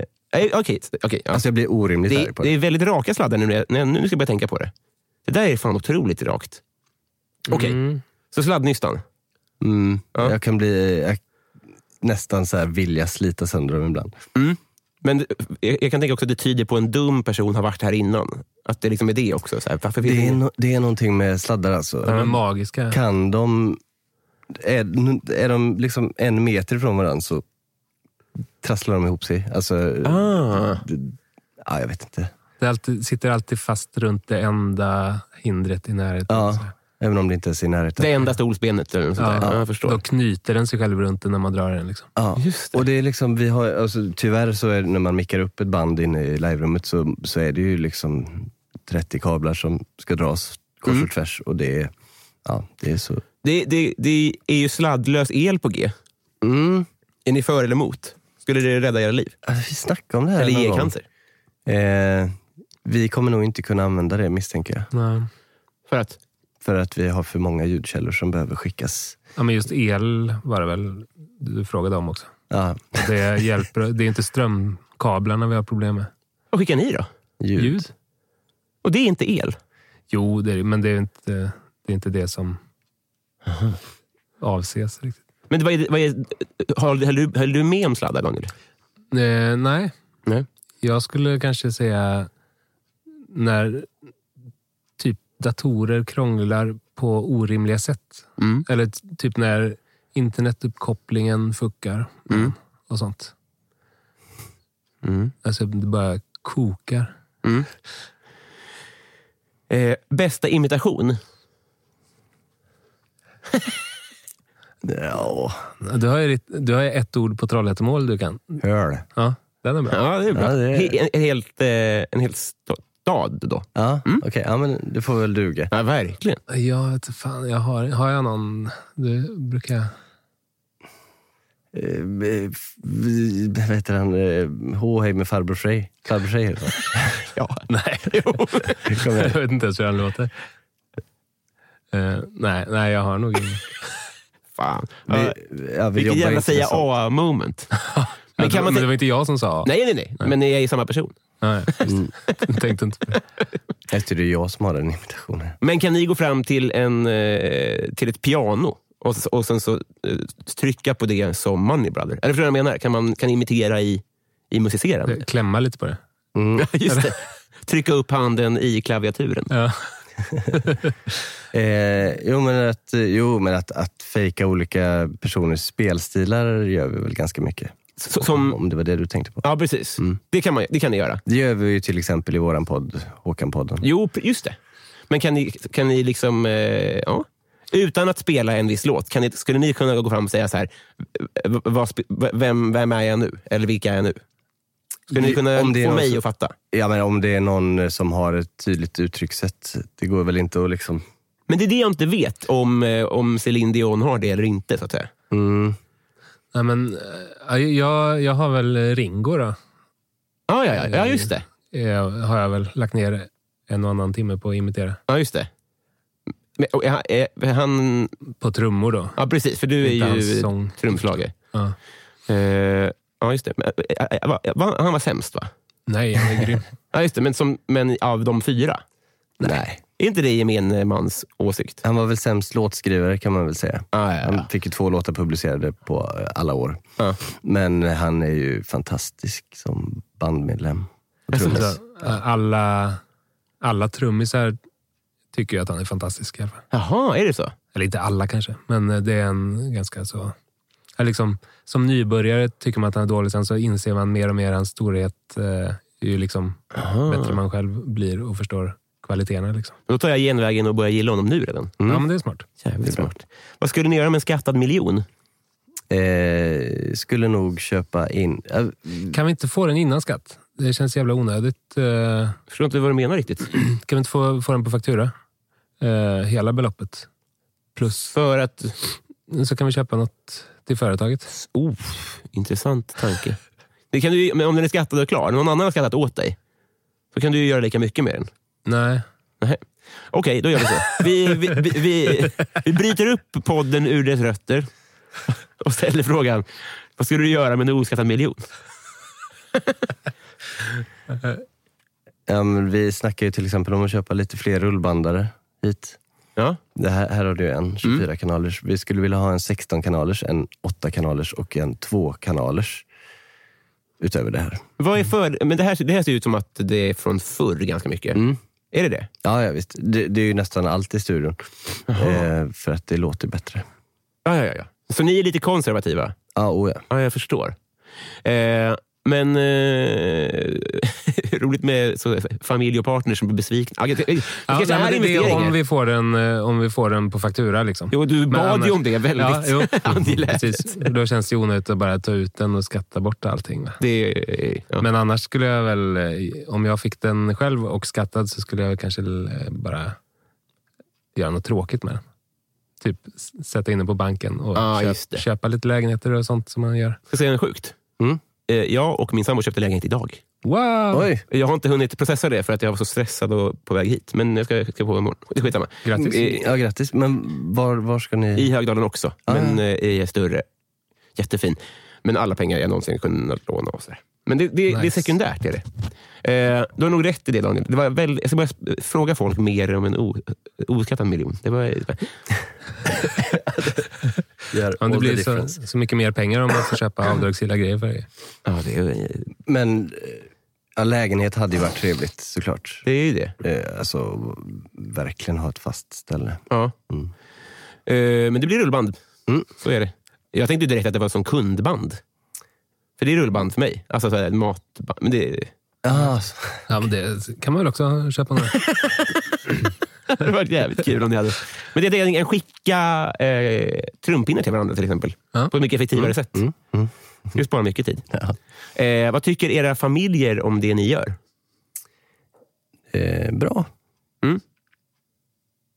[SPEAKER 2] Okej. okej, ja.
[SPEAKER 3] Alltså jag blir orimligt
[SPEAKER 2] det,
[SPEAKER 3] arg på
[SPEAKER 2] det
[SPEAKER 3] det.
[SPEAKER 2] är väldigt raka sladdar nu. när jag- när jag- Nu ska jag börja tänka på det. Det där är fan otroligt rakt. Okej,
[SPEAKER 4] Mm.
[SPEAKER 2] så sladdnystan.
[SPEAKER 3] Mm,
[SPEAKER 2] Ja.
[SPEAKER 3] Jag kan bli jag, nästan så här vilja slita sönder dem ibland.
[SPEAKER 2] Men det- jag, jag kan tänka också att det tyder på en dum person har varit här innan. Att det liksom är det också. Så här, varför finns
[SPEAKER 3] Det är,
[SPEAKER 2] ingen-
[SPEAKER 3] no, det är någonting med sladdar alltså.
[SPEAKER 4] De är magiska.
[SPEAKER 3] Kan de... Är, är de liksom en meter ifrån varandra så trasslar de ihop sig. Alltså,
[SPEAKER 2] Ah.
[SPEAKER 3] d- ja, jag vet inte.
[SPEAKER 4] Det är alltid, sitter alltid fast runt det enda hindret i närheten.
[SPEAKER 3] Ja,
[SPEAKER 4] Så.
[SPEAKER 3] även om det inte ens är i närheten.
[SPEAKER 2] Det enda stolsbenet eller något sånt där.
[SPEAKER 4] Ja.
[SPEAKER 2] Ja, jag förstår.
[SPEAKER 4] Då knyter den sig själv runt den när man drar den. Liksom.
[SPEAKER 3] Ja.
[SPEAKER 2] Just det.
[SPEAKER 3] Och det är liksom, vi har, alltså, tyvärr så är det, när man mickar upp ett band inne i liverummet så, så är det ju liksom 30 kablar som ska dras kors
[SPEAKER 2] Mm.
[SPEAKER 3] och tvärs. Och det är, ja, det är så.
[SPEAKER 2] Det, det, det är ju sladdlös el på G. Är ni för eller emot? Skulle det rädda era liv?
[SPEAKER 3] Alltså, vi snackade om det här
[SPEAKER 2] Eller
[SPEAKER 3] någon
[SPEAKER 2] ge er
[SPEAKER 3] gång.
[SPEAKER 2] cancer?
[SPEAKER 3] Eh, vi kommer nog inte kunna använda det misstänker jag.
[SPEAKER 4] Nej.
[SPEAKER 2] För att?
[SPEAKER 3] För att vi har för många ljudkällor som behöver skickas.
[SPEAKER 4] Ja, men just el var det väl du frågade om också.
[SPEAKER 3] Ja,
[SPEAKER 4] Det, hjälper, det är inte strömkablarna vi har problem med.
[SPEAKER 2] Vad skickar ni då?
[SPEAKER 3] ljud.
[SPEAKER 4] Ljud?
[SPEAKER 2] Och det är inte el?
[SPEAKER 4] Jo, det är, men det är, inte, det är inte det som avses riktigt.
[SPEAKER 2] Men vad är, vad är, höll, höll, du, höll du med om sladdar, Daniel?
[SPEAKER 4] Eh, nej.
[SPEAKER 2] Nej.
[SPEAKER 4] Jag skulle kanske säga när typ datorer krånglar på orimliga sätt.
[SPEAKER 2] Mm.
[SPEAKER 4] Eller t- typ när internetuppkopplingen fuckar
[SPEAKER 2] Mm.
[SPEAKER 4] och sånt.
[SPEAKER 2] Mm.
[SPEAKER 4] Alltså det bara kokar.
[SPEAKER 2] Eh, bästa imitation?
[SPEAKER 3] Ja,
[SPEAKER 4] Du har ju, ditt- du har ju ett ord på Trollhättemål du kan.
[SPEAKER 3] hörl.
[SPEAKER 4] Ja, den är bra.
[SPEAKER 2] Ja, det är bra.
[SPEAKER 3] Ja, det är-
[SPEAKER 2] He- En, en, helt, eh, en hel sta- stad då.
[SPEAKER 3] Ja,
[SPEAKER 2] Mm.
[SPEAKER 3] okej. Ja, men det får väl duga.
[SPEAKER 2] Ja, verkligen.
[SPEAKER 4] Jag vet inte fan, jag har, har jag någon... Du brukar... jag-
[SPEAKER 3] Eh, eh, vi- vad heter han? Eh, Hå hej med farbror Frej. Farbror Frej heter han.
[SPEAKER 2] Ja. Nej. Jo.
[SPEAKER 3] Kom igen.
[SPEAKER 4] Jag vet inte ens hur den låter. Eh, nej, nej, jag har nog ingen.
[SPEAKER 2] Fan.
[SPEAKER 3] Vi,
[SPEAKER 2] Vi,
[SPEAKER 3] ja, vi
[SPEAKER 2] Vilket
[SPEAKER 3] jobbar
[SPEAKER 2] jävla
[SPEAKER 3] inte med
[SPEAKER 2] säga
[SPEAKER 3] sånt.
[SPEAKER 2] A-moment.
[SPEAKER 4] Men,
[SPEAKER 2] Men kan man
[SPEAKER 4] men det
[SPEAKER 2] tänka-
[SPEAKER 4] var inte jag som sa.
[SPEAKER 2] Nej, nej, nej. Men ni är ju samma person.
[SPEAKER 4] nej just det. Jag tänkte inte på det.
[SPEAKER 3] Jag tror det är jag som har den imitationen.
[SPEAKER 2] Men kan ni gå fram till, en, eh, till ett piano och, s- och sen så eh, trycka på det som Money Brother? Eller förstår du vad jag menar? Kan man kan imitera i, i musicerande?
[SPEAKER 4] Klämma lite på det.
[SPEAKER 2] Mm. Just det. Trycka upp handen i klaviaturen.
[SPEAKER 4] Ja.
[SPEAKER 3] Eh, jo, men, att, jo, men att, att fejka olika personers spelstilar gör vi väl ganska mycket.
[SPEAKER 2] S- Som,
[SPEAKER 3] Om det var det du tänkte på.
[SPEAKER 2] ja, precis.
[SPEAKER 3] Mm.
[SPEAKER 2] Det, kan man, det kan ni göra.
[SPEAKER 3] Det gör vi ju till exempel i våran podd, Håkan-podden.
[SPEAKER 2] Jo, p- just det. Men kan ni, kan ni liksom... Eh, ja. Utan att spela en viss låt, kan ni, skulle ni kunna gå fram och säga så här, v- vad, sp- v- vem, vem är jag nu? Eller vilka är jag nu? Skulle ni
[SPEAKER 3] Jo,
[SPEAKER 2] kunna
[SPEAKER 3] om det är
[SPEAKER 2] få
[SPEAKER 3] någon
[SPEAKER 2] mig
[SPEAKER 3] som-
[SPEAKER 2] att fatta?
[SPEAKER 3] Ja, men om det är någon eh, som har ett tydligt uttryckssätt. Det går väl inte att liksom...
[SPEAKER 2] Men det är det jag inte vet, om, eh, om Céline Dion har det eller inte. Så att säga.
[SPEAKER 3] Mm.
[SPEAKER 4] Nej, men, eh, jag, jag har väl Ringo då.
[SPEAKER 2] Ah, ja, ja, ja, just det.
[SPEAKER 4] Eh, har jag väl lagt ner en och annan timme på att imitera.
[SPEAKER 2] Ja, just det. Men, och, ja, eh, han,
[SPEAKER 4] På trummor då.
[SPEAKER 2] ja, precis, för du är
[SPEAKER 4] Inte hans
[SPEAKER 2] ju
[SPEAKER 4] sång.
[SPEAKER 3] typ.
[SPEAKER 2] trumslagare.
[SPEAKER 4] Ja.
[SPEAKER 2] Eh, ja, just det. Men, eh, eh, va- va- han var sämst, va?
[SPEAKER 4] Nej, han är grym.
[SPEAKER 2] Ja, just det. Men, som, men av de fyra? Nej. Är inte det gemene mans åsikt?
[SPEAKER 3] Han var väl sämst låtskrivare kan man väl säga.
[SPEAKER 2] Ah, ja, ja.
[SPEAKER 3] Han fick ju två låtar publicerade på eh, alla år.
[SPEAKER 2] Ja.
[SPEAKER 3] Men han är ju fantastisk som bandmedlem. och
[SPEAKER 4] Jag tror
[SPEAKER 3] trummis.
[SPEAKER 4] att eh, Alla, alla trummisar tycker ju att han är fantastisk. i alla fall.
[SPEAKER 2] Jaha, är det så?
[SPEAKER 4] Eller inte alla kanske, men eh, det är en ganska så... ja, Liksom, som nybörjare tycker man att han är dålig, sen så inser man mer och mer hans storhet. Eh, ju liksom bättre man själv blir och förstår kvaliteterna. Liksom.
[SPEAKER 2] Då tar jag genvägen och börjar gilla honom nu redan.
[SPEAKER 4] Ja, men det är smart.
[SPEAKER 2] Jävligt smart. Vad skulle ni göra med en skattad miljon?
[SPEAKER 3] Eh, skulle nog köpa in... Eh,
[SPEAKER 2] Mm.
[SPEAKER 4] Kan vi inte få den innan skatt? Det känns jävla onödigt. Eh,
[SPEAKER 2] Jag förstår inte vad du menar riktigt.
[SPEAKER 4] Kan vi inte få, få den på faktura? Eh, hela beloppet. Plus,
[SPEAKER 2] För att...
[SPEAKER 4] så kan vi köpa något till företaget.
[SPEAKER 2] Oh, intressant tanke. Det kan du, ju- men om den är skattad och klar, någon annan har skattat åt dig, så kan du ju göra lika mycket med den.
[SPEAKER 4] Nej.
[SPEAKER 2] Nej. Okej, då gör vi så. Vi, vi, vi, vi, vi bryter upp podden ur dess rötter och ställer frågan, vad skulle du göra med en oskattad miljon?
[SPEAKER 3] ja, men vi snackar ju till exempel om att köpa lite fler rullbandare hit.
[SPEAKER 2] Ja.
[SPEAKER 3] Det här, här har du
[SPEAKER 4] Mm.
[SPEAKER 3] en 24-kanalers. Vi skulle vilja ha en 16-kanalers, en 8-kanalers och en 2-kanalers. Utöver det här.
[SPEAKER 2] Vad är för, men det, här, det här ser ut som att det är från förr ganska mycket. Är det det?
[SPEAKER 3] Ja, ja visst. Det, det är ju nästan allt i studion. Eh, för att det låter bättre.
[SPEAKER 2] Ja, ja, ja. Så ni är lite konservativa?
[SPEAKER 3] Ja, oh ja.
[SPEAKER 2] Ja, jag förstår. Eh, men eh, roligt med så, familj och partner som blir besvikna. Ah, det, det, det
[SPEAKER 4] Ja,
[SPEAKER 2] kanske
[SPEAKER 4] nej,
[SPEAKER 2] är
[SPEAKER 4] men det är
[SPEAKER 2] investeringar.
[SPEAKER 4] om vi, får den, eh, om vi får den på faktura. Liksom.
[SPEAKER 2] Jo, du
[SPEAKER 4] Men
[SPEAKER 2] bad
[SPEAKER 4] annars-
[SPEAKER 2] ju om det väldigt
[SPEAKER 4] Ja, jo.
[SPEAKER 2] angeläget.
[SPEAKER 4] Precis. Då känns det onödigt att bara ta ut den och skatta bort allting. Va?
[SPEAKER 2] Det, är- ja.
[SPEAKER 4] Men annars skulle jag väl, eh, om jag fick den själv och skattad så skulle jag väl kanske eh, bara göra något tråkigt med den. Typ s- sätta in den på banken och
[SPEAKER 2] Ja,
[SPEAKER 4] köp,
[SPEAKER 2] just det.
[SPEAKER 4] köpa lite lägenheter och sånt som man gör.
[SPEAKER 2] Ska jag säga något sjukt?
[SPEAKER 3] Mm.
[SPEAKER 2] Eh, jag och min sambo köpte lägenhet idag.
[SPEAKER 4] Wow!
[SPEAKER 3] Oj!
[SPEAKER 2] Jag har inte hunnit processa det för att jag var så stressad och på väg hit. Men jag ska, ska på imorgon. Det skiter man.
[SPEAKER 4] Grattis.
[SPEAKER 2] Eh,
[SPEAKER 3] Ja, grattis. Men var, var ska ni...
[SPEAKER 2] I Högdalen också,
[SPEAKER 3] Ah.
[SPEAKER 2] men eh, är större. Jättefin. Men alla pengar jag någonsin kunnat låna av. sådär. Men det, det, det är
[SPEAKER 4] Nice.
[SPEAKER 2] sekundärt. Är det. Eh, du har nog rätt i det, Daniel. Det var väl, jag ska börja sp- fråga folk mer om en o- oskattad miljon. Det var,
[SPEAKER 3] Gör
[SPEAKER 4] Ja, det
[SPEAKER 3] all
[SPEAKER 4] blir
[SPEAKER 3] the
[SPEAKER 4] så,
[SPEAKER 3] difference.
[SPEAKER 4] så mycket mer pengar om man får köpa avdragsgilla grejer för det.
[SPEAKER 2] ja, det, är-
[SPEAKER 3] Men eh, ja, lägenhet hade ju varit trevligt såklart.
[SPEAKER 2] det är ju det.
[SPEAKER 3] Eh, alltså, verkligen ha ett fast ställe.
[SPEAKER 2] Ja.
[SPEAKER 3] Mm.
[SPEAKER 2] Eh, men det blir rullband. Så är det. Jag tänkte direkt att det var som kundband. För det är rullband för mig. Alltså sådär, matband. Men det,
[SPEAKER 3] Ah, så-
[SPEAKER 4] Ja, men det kan man väl också köpa några.
[SPEAKER 2] det hade varit jävligt kul om ni hade. Men det är en skicka eh, trumpinnar till varandra till exempel.
[SPEAKER 4] Ja.
[SPEAKER 2] På ett mycket effektivare sätt. Det sparar mycket tid. Eh, vad tycker era familjer om det ni gör?
[SPEAKER 3] eh, bra.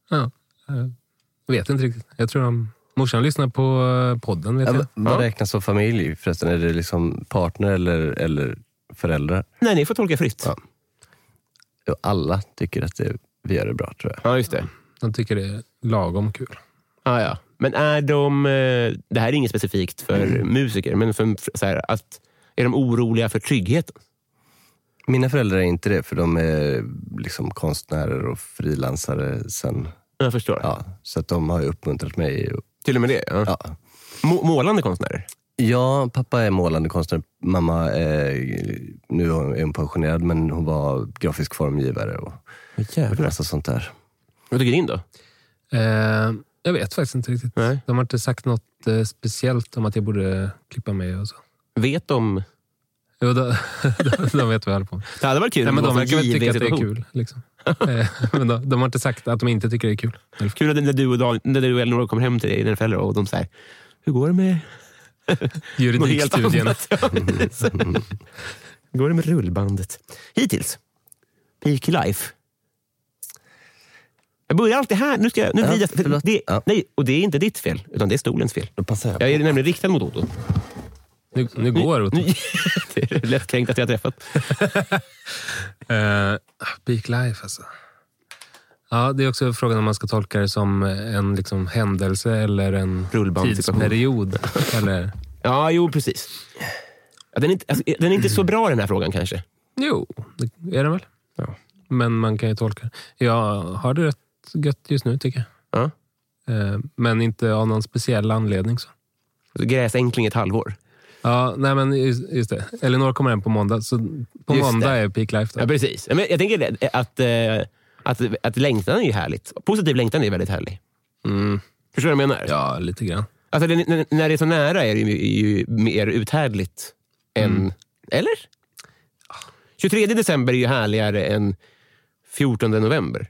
[SPEAKER 4] Ja, jag vet inte riktigt. Jag tror de, morsan lyssnar på eh, podden. Vet
[SPEAKER 3] Ja,
[SPEAKER 4] jag.
[SPEAKER 3] va- vad räknas som familj förresten? Är det liksom partner eller, eller föräldrar?
[SPEAKER 2] Nej, ni får tolka fritt.
[SPEAKER 3] Ja. Jo, Alla tycker att det, vi gör det bra tror jag.
[SPEAKER 2] Ja, just det.
[SPEAKER 4] De tycker det är lagom kul.
[SPEAKER 2] Ja, ja. Men är de... eh, Det här är inget specifikt för musiker, men för, för så här, att, är de oroliga för tryggheten?
[SPEAKER 3] Mina föräldrar är inte det, för de är liksom konstnärer och frilansare sen.
[SPEAKER 2] Jag förstår.
[SPEAKER 3] Ja, så att de har ju uppmuntrat mig. Och,
[SPEAKER 2] Till och med det? Ja.
[SPEAKER 3] ja.
[SPEAKER 2] Må- Målande konstnärer?
[SPEAKER 3] Ja, pappa är målande konstnär. Mamma är, nu är hon pensionerad, men hon var grafisk formgivare och massa sånt där.
[SPEAKER 2] Vad tycker ni då?
[SPEAKER 4] Eh, jag vet faktiskt inte riktigt.
[SPEAKER 2] Nej.
[SPEAKER 4] De har inte sagt något eh, speciellt om att jag borde klippa mig och så.
[SPEAKER 2] Vet de?
[SPEAKER 4] Jo, de, de vet vad jag håller på med.
[SPEAKER 2] Det hade varit kul
[SPEAKER 4] Nej, men
[SPEAKER 2] om
[SPEAKER 4] de
[SPEAKER 2] det var en
[SPEAKER 4] verkar väl
[SPEAKER 2] given
[SPEAKER 4] tycka att det är
[SPEAKER 2] situation.
[SPEAKER 4] kul. Liksom. Eh, men de, de har inte sagt att de inte tycker det är kul.
[SPEAKER 2] Kul att när du, och Dan, när du och Elinor kommer hem till dina föräldrar och de säger hur går det med något helt
[SPEAKER 4] Juridikstudierna.
[SPEAKER 2] annat? hur går det med rullbandet? Hittills, peak life. Jag börjar alltid här. Nu ska jag, nu
[SPEAKER 3] Ja,
[SPEAKER 2] vrider jag, för
[SPEAKER 3] förlåt.
[SPEAKER 2] det,
[SPEAKER 3] Ja.
[SPEAKER 2] nej, och det är inte ditt fel, utan det är stolens fel.
[SPEAKER 3] Då passar jag.
[SPEAKER 2] Jag är nämligen riktad mot Otto.
[SPEAKER 4] Nu, nu går Otto.
[SPEAKER 2] det är lättkränkt att jag har träffat.
[SPEAKER 4] Eh, peak life alltså. Ja, det är också frågan om man ska tolka det som en liksom, händelse eller en
[SPEAKER 2] Rullbandssituation.
[SPEAKER 4] tidsperiod. eller...
[SPEAKER 2] Ja, jo precis. Ja, den, är inte, alltså, den är inte så bra den här frågan kanske.
[SPEAKER 4] Jo, det är den väl.
[SPEAKER 2] Ja.
[SPEAKER 4] Men man kan ju tolka det. Jag har det rätt gött just nu tycker jag.
[SPEAKER 2] Ja.
[SPEAKER 4] Eh, Men inte av någon speciell anledning. Så.
[SPEAKER 2] Alltså, Gräsänkling i ett halvår.
[SPEAKER 4] Ja, nej men just, just det. Elinor kommer hem på måndag, så på
[SPEAKER 2] Just
[SPEAKER 4] måndag
[SPEAKER 2] det.
[SPEAKER 4] är peak life.
[SPEAKER 2] Ja,
[SPEAKER 4] Då.
[SPEAKER 2] precis. Ja, Men jag tänker det, att, eh, att, att längtan är ju härligt. Positiv längtan är väldigt härlig.
[SPEAKER 4] Mm,
[SPEAKER 2] Förstår du vad jag menar?
[SPEAKER 4] ja, lite grann.
[SPEAKER 2] Alltså, det, när, när det är så nära är det ju, är ju mer uthärdligt än...
[SPEAKER 4] Mm.
[SPEAKER 2] Eller? 23 december är ju härligare än 14 november.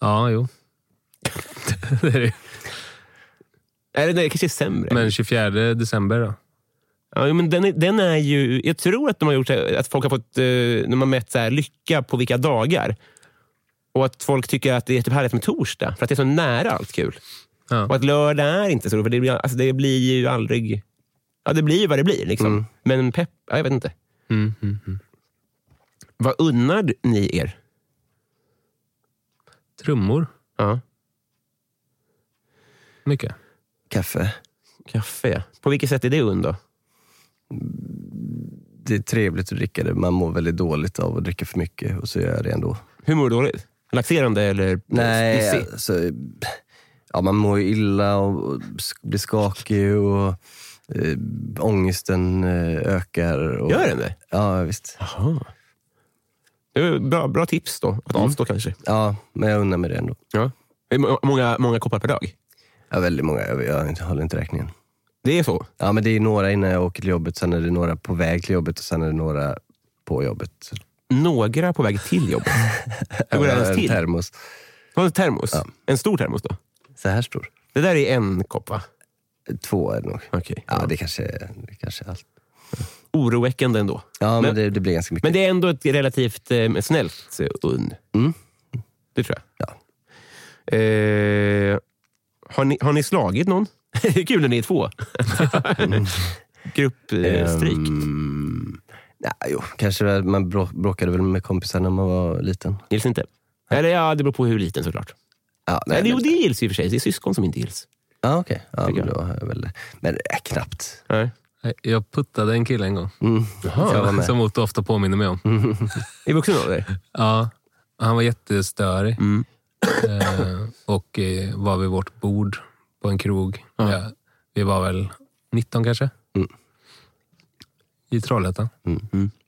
[SPEAKER 4] Ja, jo. det är det.
[SPEAKER 2] Eller det kanske är sämre.
[SPEAKER 4] Men 24 december då?
[SPEAKER 2] Ja, jo, men den, är, den är ju... Jag tror att de har gjort så här- att folk har fått... eh, När man mätt så här, lycka på vilka dagar. Och att folk tycker att det är typ härligt med torsdag. För att det är så nära allt kul.
[SPEAKER 4] Ja.
[SPEAKER 2] Och att lördag är inte så roligt, för det blir, alltså, det blir ju aldrig... Ja, det blir ju vad det blir. Liksom. Men pepp... Ja, jag vet inte.
[SPEAKER 4] Mm, mm, mm.
[SPEAKER 2] Vad unnar ni er?
[SPEAKER 4] Trummor?
[SPEAKER 2] Ja.
[SPEAKER 4] Mycket.
[SPEAKER 3] Kaffe.
[SPEAKER 2] Kaffe, ja. På vilket sätt är det und då?
[SPEAKER 3] Det är trevligt att dricka det. Man mår väldigt dåligt av att dricka för mycket och så gör jag det ändå.
[SPEAKER 2] Hur mår du dåligt? Laxerande eller
[SPEAKER 3] Nej,
[SPEAKER 2] Pissig?
[SPEAKER 3] alltså, ja, man mår ju illa och, och sk- blir skakig och eh, ångesten eh, ökar. Och,
[SPEAKER 2] Gör den det?
[SPEAKER 3] Ja, visst.
[SPEAKER 2] Jaha. Ah. Det var bra, bra tips då, att avstå kanske.
[SPEAKER 3] Ja, men jag undrar mig det ändå.
[SPEAKER 2] Ja. Det är må- Många, många koppar per dag.
[SPEAKER 3] Ja, väldigt många. Jag, jag håller inte räkningen.
[SPEAKER 2] Det är så?
[SPEAKER 3] Ja, men det är några innan jag åker till jobbet, sen är det några på väg till jobbet och sen är det några på jobbet.
[SPEAKER 2] Några på väg till jobbet. Hur går det ens
[SPEAKER 3] en
[SPEAKER 2] till?
[SPEAKER 3] termos.
[SPEAKER 2] Har du en termos? En stor termos då?
[SPEAKER 3] Så här stor.
[SPEAKER 2] Det där är en kopp, va?
[SPEAKER 3] Två är det nog.
[SPEAKER 2] Okej.
[SPEAKER 3] Ja, det kanske det kanske är allt.
[SPEAKER 2] Oroväckande ändå.
[SPEAKER 3] Ja, men,
[SPEAKER 2] Men-
[SPEAKER 3] det, det blir ganska mycket.
[SPEAKER 2] Men det är ändå ett relativt eh, snällt eh, und. Det tror jag.
[SPEAKER 3] Ja.
[SPEAKER 2] Eh, har, ni, har ni slagit någon? Det är Kul när ni är två. Gruppstryk.
[SPEAKER 3] Ehm, nej, jo, kanske väl- man brå- bråkade väl med kompisar när man var liten.
[SPEAKER 2] Gills inte? Eller ja, det beror på hur liten såklart.
[SPEAKER 3] Ja,
[SPEAKER 2] Nej,
[SPEAKER 3] men-
[SPEAKER 2] jo, det gills ju för sig. Det är syskon som inte gills.
[SPEAKER 3] Ja, okej. Ja,
[SPEAKER 2] Tycker
[SPEAKER 3] men då har jag väl det. Men äh, knappt.
[SPEAKER 2] Nej.
[SPEAKER 4] Nej, Eh, Jag puttade en kille en gång.
[SPEAKER 3] Mm. Jag var med.
[SPEAKER 4] Som Otto ofta påminner mig om.
[SPEAKER 2] I vuxen ålder?
[SPEAKER 4] Ja, han var jättestörig. Eh, och eh, var vid vårt bord på en krog. Ja, vi var väl 19 kanske?
[SPEAKER 3] Mm.
[SPEAKER 4] I Trollhättan.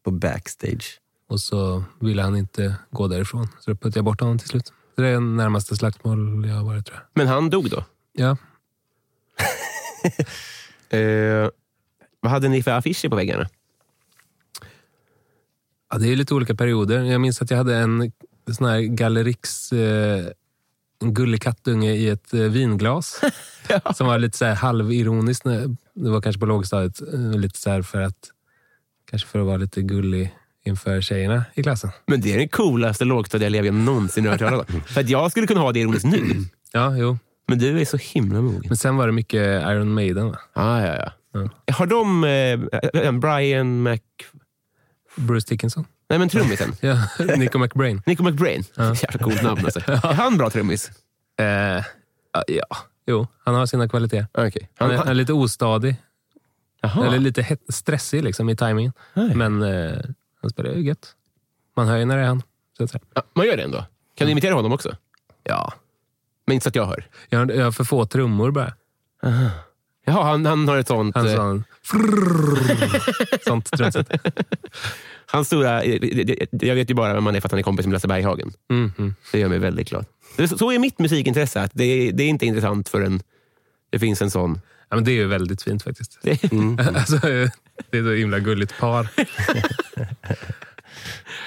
[SPEAKER 3] På backstage.
[SPEAKER 4] Och så ville han inte gå därifrån. Så då puttade jag bort honom till slut. Så det är närmaste slagsmål jag har varit tror jag.
[SPEAKER 2] Men han dog då?
[SPEAKER 4] Ja.
[SPEAKER 2] Eh, vad hade ni för affischer på väggarna?
[SPEAKER 4] Ja, det är lite olika perioder. Jag minns att jag hade en sån här Gallerix, eh, en gullig kattunge i ett eh, vinglas. Som var lite så här halvironiskt. när- Det var kanske på lågstadiet. eh, Lite så här för att, kanske för att vara lite gullig inför tjejerna i klassen.
[SPEAKER 2] Men det är den coolaste lågstadieelev jag någonsin har hört talas om. För att jag skulle kunna ha det ironiskt nu.
[SPEAKER 4] Ja, jo.
[SPEAKER 2] Men du är så himla mogen.
[SPEAKER 4] Men sen var det mycket Iron Maiden. Va?
[SPEAKER 2] Ah, ja, ja.
[SPEAKER 4] Mm.
[SPEAKER 2] Har de... Eh, eh, Brian Mc...
[SPEAKER 4] Bruce Dickinson.
[SPEAKER 2] Nej, men trummisen.
[SPEAKER 4] Ja, Nico McBrain.
[SPEAKER 2] Nico McBrain. Jävla coolt namn alltså. Är han bra trummis?
[SPEAKER 4] Eh, ja, jo. Han har sina kvaliteter.
[SPEAKER 2] Okej.
[SPEAKER 4] Han är,
[SPEAKER 2] Han,
[SPEAKER 4] han är
[SPEAKER 2] han,
[SPEAKER 4] lite ostadig.
[SPEAKER 2] Jaha.
[SPEAKER 4] Eller lite het, stressig liksom i tajmingen.
[SPEAKER 2] Ah. Nej.
[SPEAKER 4] Men eh, han spelar ju gött. Man hör ju när det är han. Så att säga.
[SPEAKER 2] Ja, man gör det ändå. Kan du imitera honom också?
[SPEAKER 4] Ja.
[SPEAKER 2] Men inte så att jag hör.
[SPEAKER 4] Jag har, jag har för få trummor bara.
[SPEAKER 2] Jaha, han, han har ett sånt...
[SPEAKER 4] Han
[SPEAKER 2] eh,
[SPEAKER 4] sån, frrrr, sånt trumset.
[SPEAKER 2] Hans stora... eh, eh, Jag vet ju bara vem man är för att han är kompis med Lasse Berghagen.
[SPEAKER 4] Mm, mm.
[SPEAKER 2] Det gör mig väldigt glad. Det är så- Så är mitt musikintresse. Att det, är, det är inte intressant förrän det finns en sån...
[SPEAKER 4] Ja, men det är ju väldigt fint faktiskt.
[SPEAKER 2] Det,
[SPEAKER 4] alltså, eh, det är ett himla gulligt par.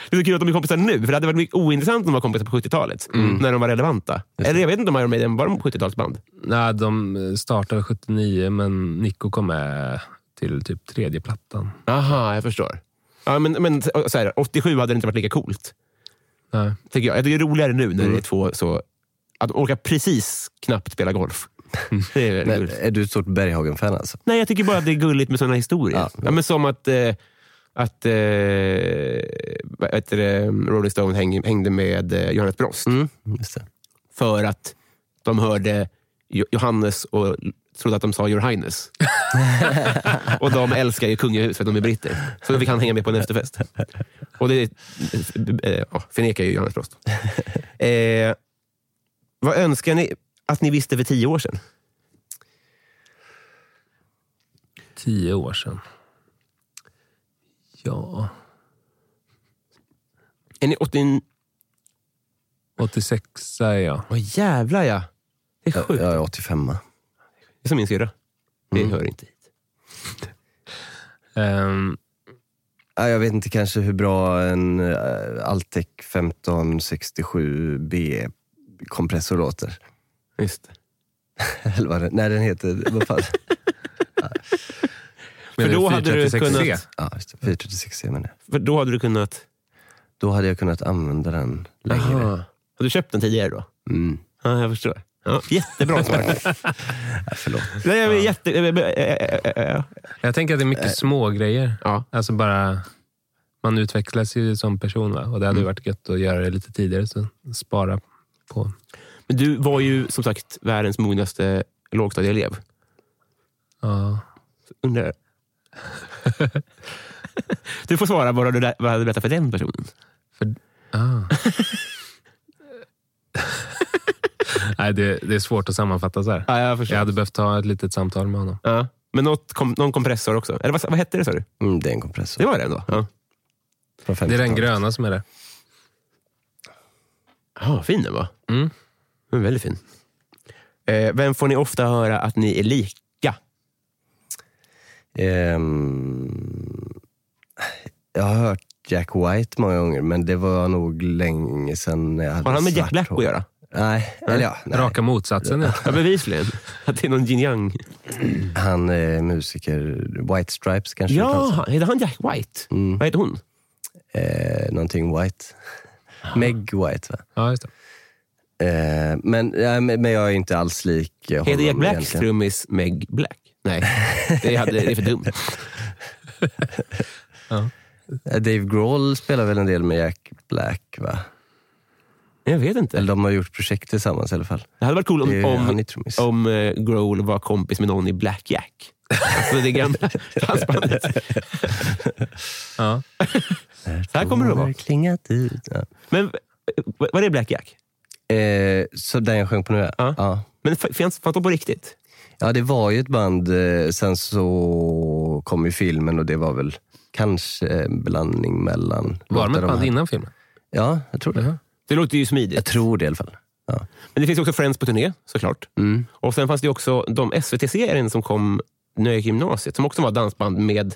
[SPEAKER 2] det är så kul att de är kompisar nu. För det hade varit mycket ointressant om de var kompisar på 70-talet. När de var relevanta. Eller jag vet inte om Iron Maiden var de 70-talsband.
[SPEAKER 4] Nej, de eh, startade 79, men Nico kom med till typ tredje plattan.
[SPEAKER 2] Aha, jag förstår. Ja, men, men så här, 87 hade det inte varit lika coolt.
[SPEAKER 4] Nej.
[SPEAKER 2] Tycker jag. Det är roligare nu när det är två så... Att de orkar precis knappt spela golf. Det är väldigt
[SPEAKER 3] Men,
[SPEAKER 2] roligt.
[SPEAKER 3] är du ett stort Berghagen-fan alltså?
[SPEAKER 2] Nej, jag tycker bara att det är gulligt med såna historier. Ja.
[SPEAKER 3] Ja.
[SPEAKER 2] men som att, eh, att eh, vad heter det, Rolling Stone häng, hängde med eh, Johannes Brost.
[SPEAKER 3] Just det.
[SPEAKER 2] För att de hörde Jo- Johannes och trodde att de sa Your Highness. och de älskar ju kungahus för att de är britter. Så då fick han hänga med på en efterfest. Och det eh, ja, förnekar ju Johannes Brost. Eh, vad önskar ni att ni visste för tio år sedan?
[SPEAKER 4] Tio år sedan. Ja,
[SPEAKER 2] Är ni 89?
[SPEAKER 4] 86 är jag.
[SPEAKER 2] Åh jävlar ja. Mm. Det är
[SPEAKER 3] Jag,
[SPEAKER 2] sjukt.
[SPEAKER 3] jag är Mm. 85
[SPEAKER 2] Det är som min syrra. Det hör inte hit.
[SPEAKER 4] Ehm,
[SPEAKER 3] ja, Jag vet inte kanske hur bra en äh, Altec 1567B kompressor låter.
[SPEAKER 2] Just det.
[SPEAKER 3] Eller vad den, nej, den heter... Vad fan?
[SPEAKER 4] Men
[SPEAKER 2] För då
[SPEAKER 4] det är
[SPEAKER 2] hade du kunnat-
[SPEAKER 4] 436 C.
[SPEAKER 3] ja, just det. 436C menar jag.
[SPEAKER 2] För då hade du kunnat...
[SPEAKER 3] Då hade jag kunnat använda den längre.
[SPEAKER 2] Har du köpt den tidigare då?
[SPEAKER 3] Mm.
[SPEAKER 2] Ja, jag förstår. Ja, jättebra svar.
[SPEAKER 3] Nej, förlåt.
[SPEAKER 2] Nej, jag är jätte... eh, eh, eh, eh, eh,
[SPEAKER 4] Jag tänker att det är mycket små grejer.
[SPEAKER 2] Ja.
[SPEAKER 4] Alltså bara, man utvecklas ju som person va? och det hade ju varit gött att göra det lite tidigare. Så spara på.
[SPEAKER 2] Men du var ju som sagt världens mognaste lågstadieelev.
[SPEAKER 4] Ja.
[SPEAKER 2] Undrar. Du får svara vad du, vad du berättar för den personen.
[SPEAKER 4] För, ah. Nej, det, det är svårt att sammanfatta så här.
[SPEAKER 2] Ja, jag
[SPEAKER 4] Jag hade behövt ta ett litet samtal med honom.
[SPEAKER 2] Ja. Men något kom, någon kompressor också. Eller vad, vad hette det sa du?
[SPEAKER 3] Mm, det är en kompressor.
[SPEAKER 2] Det var det ändå? Ja.
[SPEAKER 3] Från
[SPEAKER 4] Det är
[SPEAKER 3] 50-talet.
[SPEAKER 4] den gröna som är där.
[SPEAKER 2] Ah, fin den var.
[SPEAKER 4] Mm.
[SPEAKER 2] Den var väldigt fin. Eh, vem får ni ofta höra att ni är lika?
[SPEAKER 3] Ehm, jag har hört Jack White många gånger, men det var nog länge sedan jag hade
[SPEAKER 2] Har han med
[SPEAKER 3] svart
[SPEAKER 2] Jack Black
[SPEAKER 3] hår.
[SPEAKER 2] att göra?
[SPEAKER 3] Nej, eller ja. Nej.
[SPEAKER 4] Raka motsatsen. Ja.
[SPEAKER 2] Ja, bevisligen. Att det är någon yin yang.
[SPEAKER 3] Han är musiker. White Stripes kanske det kallas.
[SPEAKER 2] Ja, heter han Jack White?
[SPEAKER 3] Mm.
[SPEAKER 2] Vad heter hon?
[SPEAKER 3] Eh, någonting White. Meg White, va?
[SPEAKER 4] Ja, just det.
[SPEAKER 3] Eh, men, ja, men men jag är inte alls lik eh, honom
[SPEAKER 2] Heter Jack Blacks
[SPEAKER 3] egentligen.
[SPEAKER 2] trummis Meg Black? Nej, det, hade, det är för dumt.
[SPEAKER 3] Eh, Dave Grohl spelar väl en del med Jack Black, va?
[SPEAKER 2] Jag vet inte.
[SPEAKER 3] Eller de har gjort projekt tillsammans i alla fall.
[SPEAKER 2] Det hade varit coolt
[SPEAKER 3] Det
[SPEAKER 2] om,
[SPEAKER 3] är- han är
[SPEAKER 2] om,
[SPEAKER 3] trummis.
[SPEAKER 2] om eh, Grohl var kompis med någon i Black Jack. Alltså det gamla dansbandet.
[SPEAKER 4] Ja.
[SPEAKER 2] Så här kommer det att vara.
[SPEAKER 3] Klingat ut. Ja.
[SPEAKER 2] Men eh, var det Black Jack?
[SPEAKER 3] Eh, så den jag sjöng på nu, ja.
[SPEAKER 2] Ja.
[SPEAKER 3] ja.
[SPEAKER 2] Men f- fanns, fanns de på riktigt?
[SPEAKER 3] Ja, det var ju ett band. eh, Sen så kom ju filmen och det var väl kanske en blandning mellan...
[SPEAKER 4] Var de ett
[SPEAKER 3] låtar
[SPEAKER 4] band
[SPEAKER 3] hade.
[SPEAKER 4] innan filmen?
[SPEAKER 3] Ja, jag tror det.
[SPEAKER 2] Det låter ju smidigt.
[SPEAKER 3] Jag tror det i alla fall. Ja.
[SPEAKER 2] Men det finns också Friends på turné, såklart.
[SPEAKER 3] Mm.
[SPEAKER 2] Och sen fanns det ju också de SVT-serien som kom när jag gick i gymnasiet, som också var dansband med...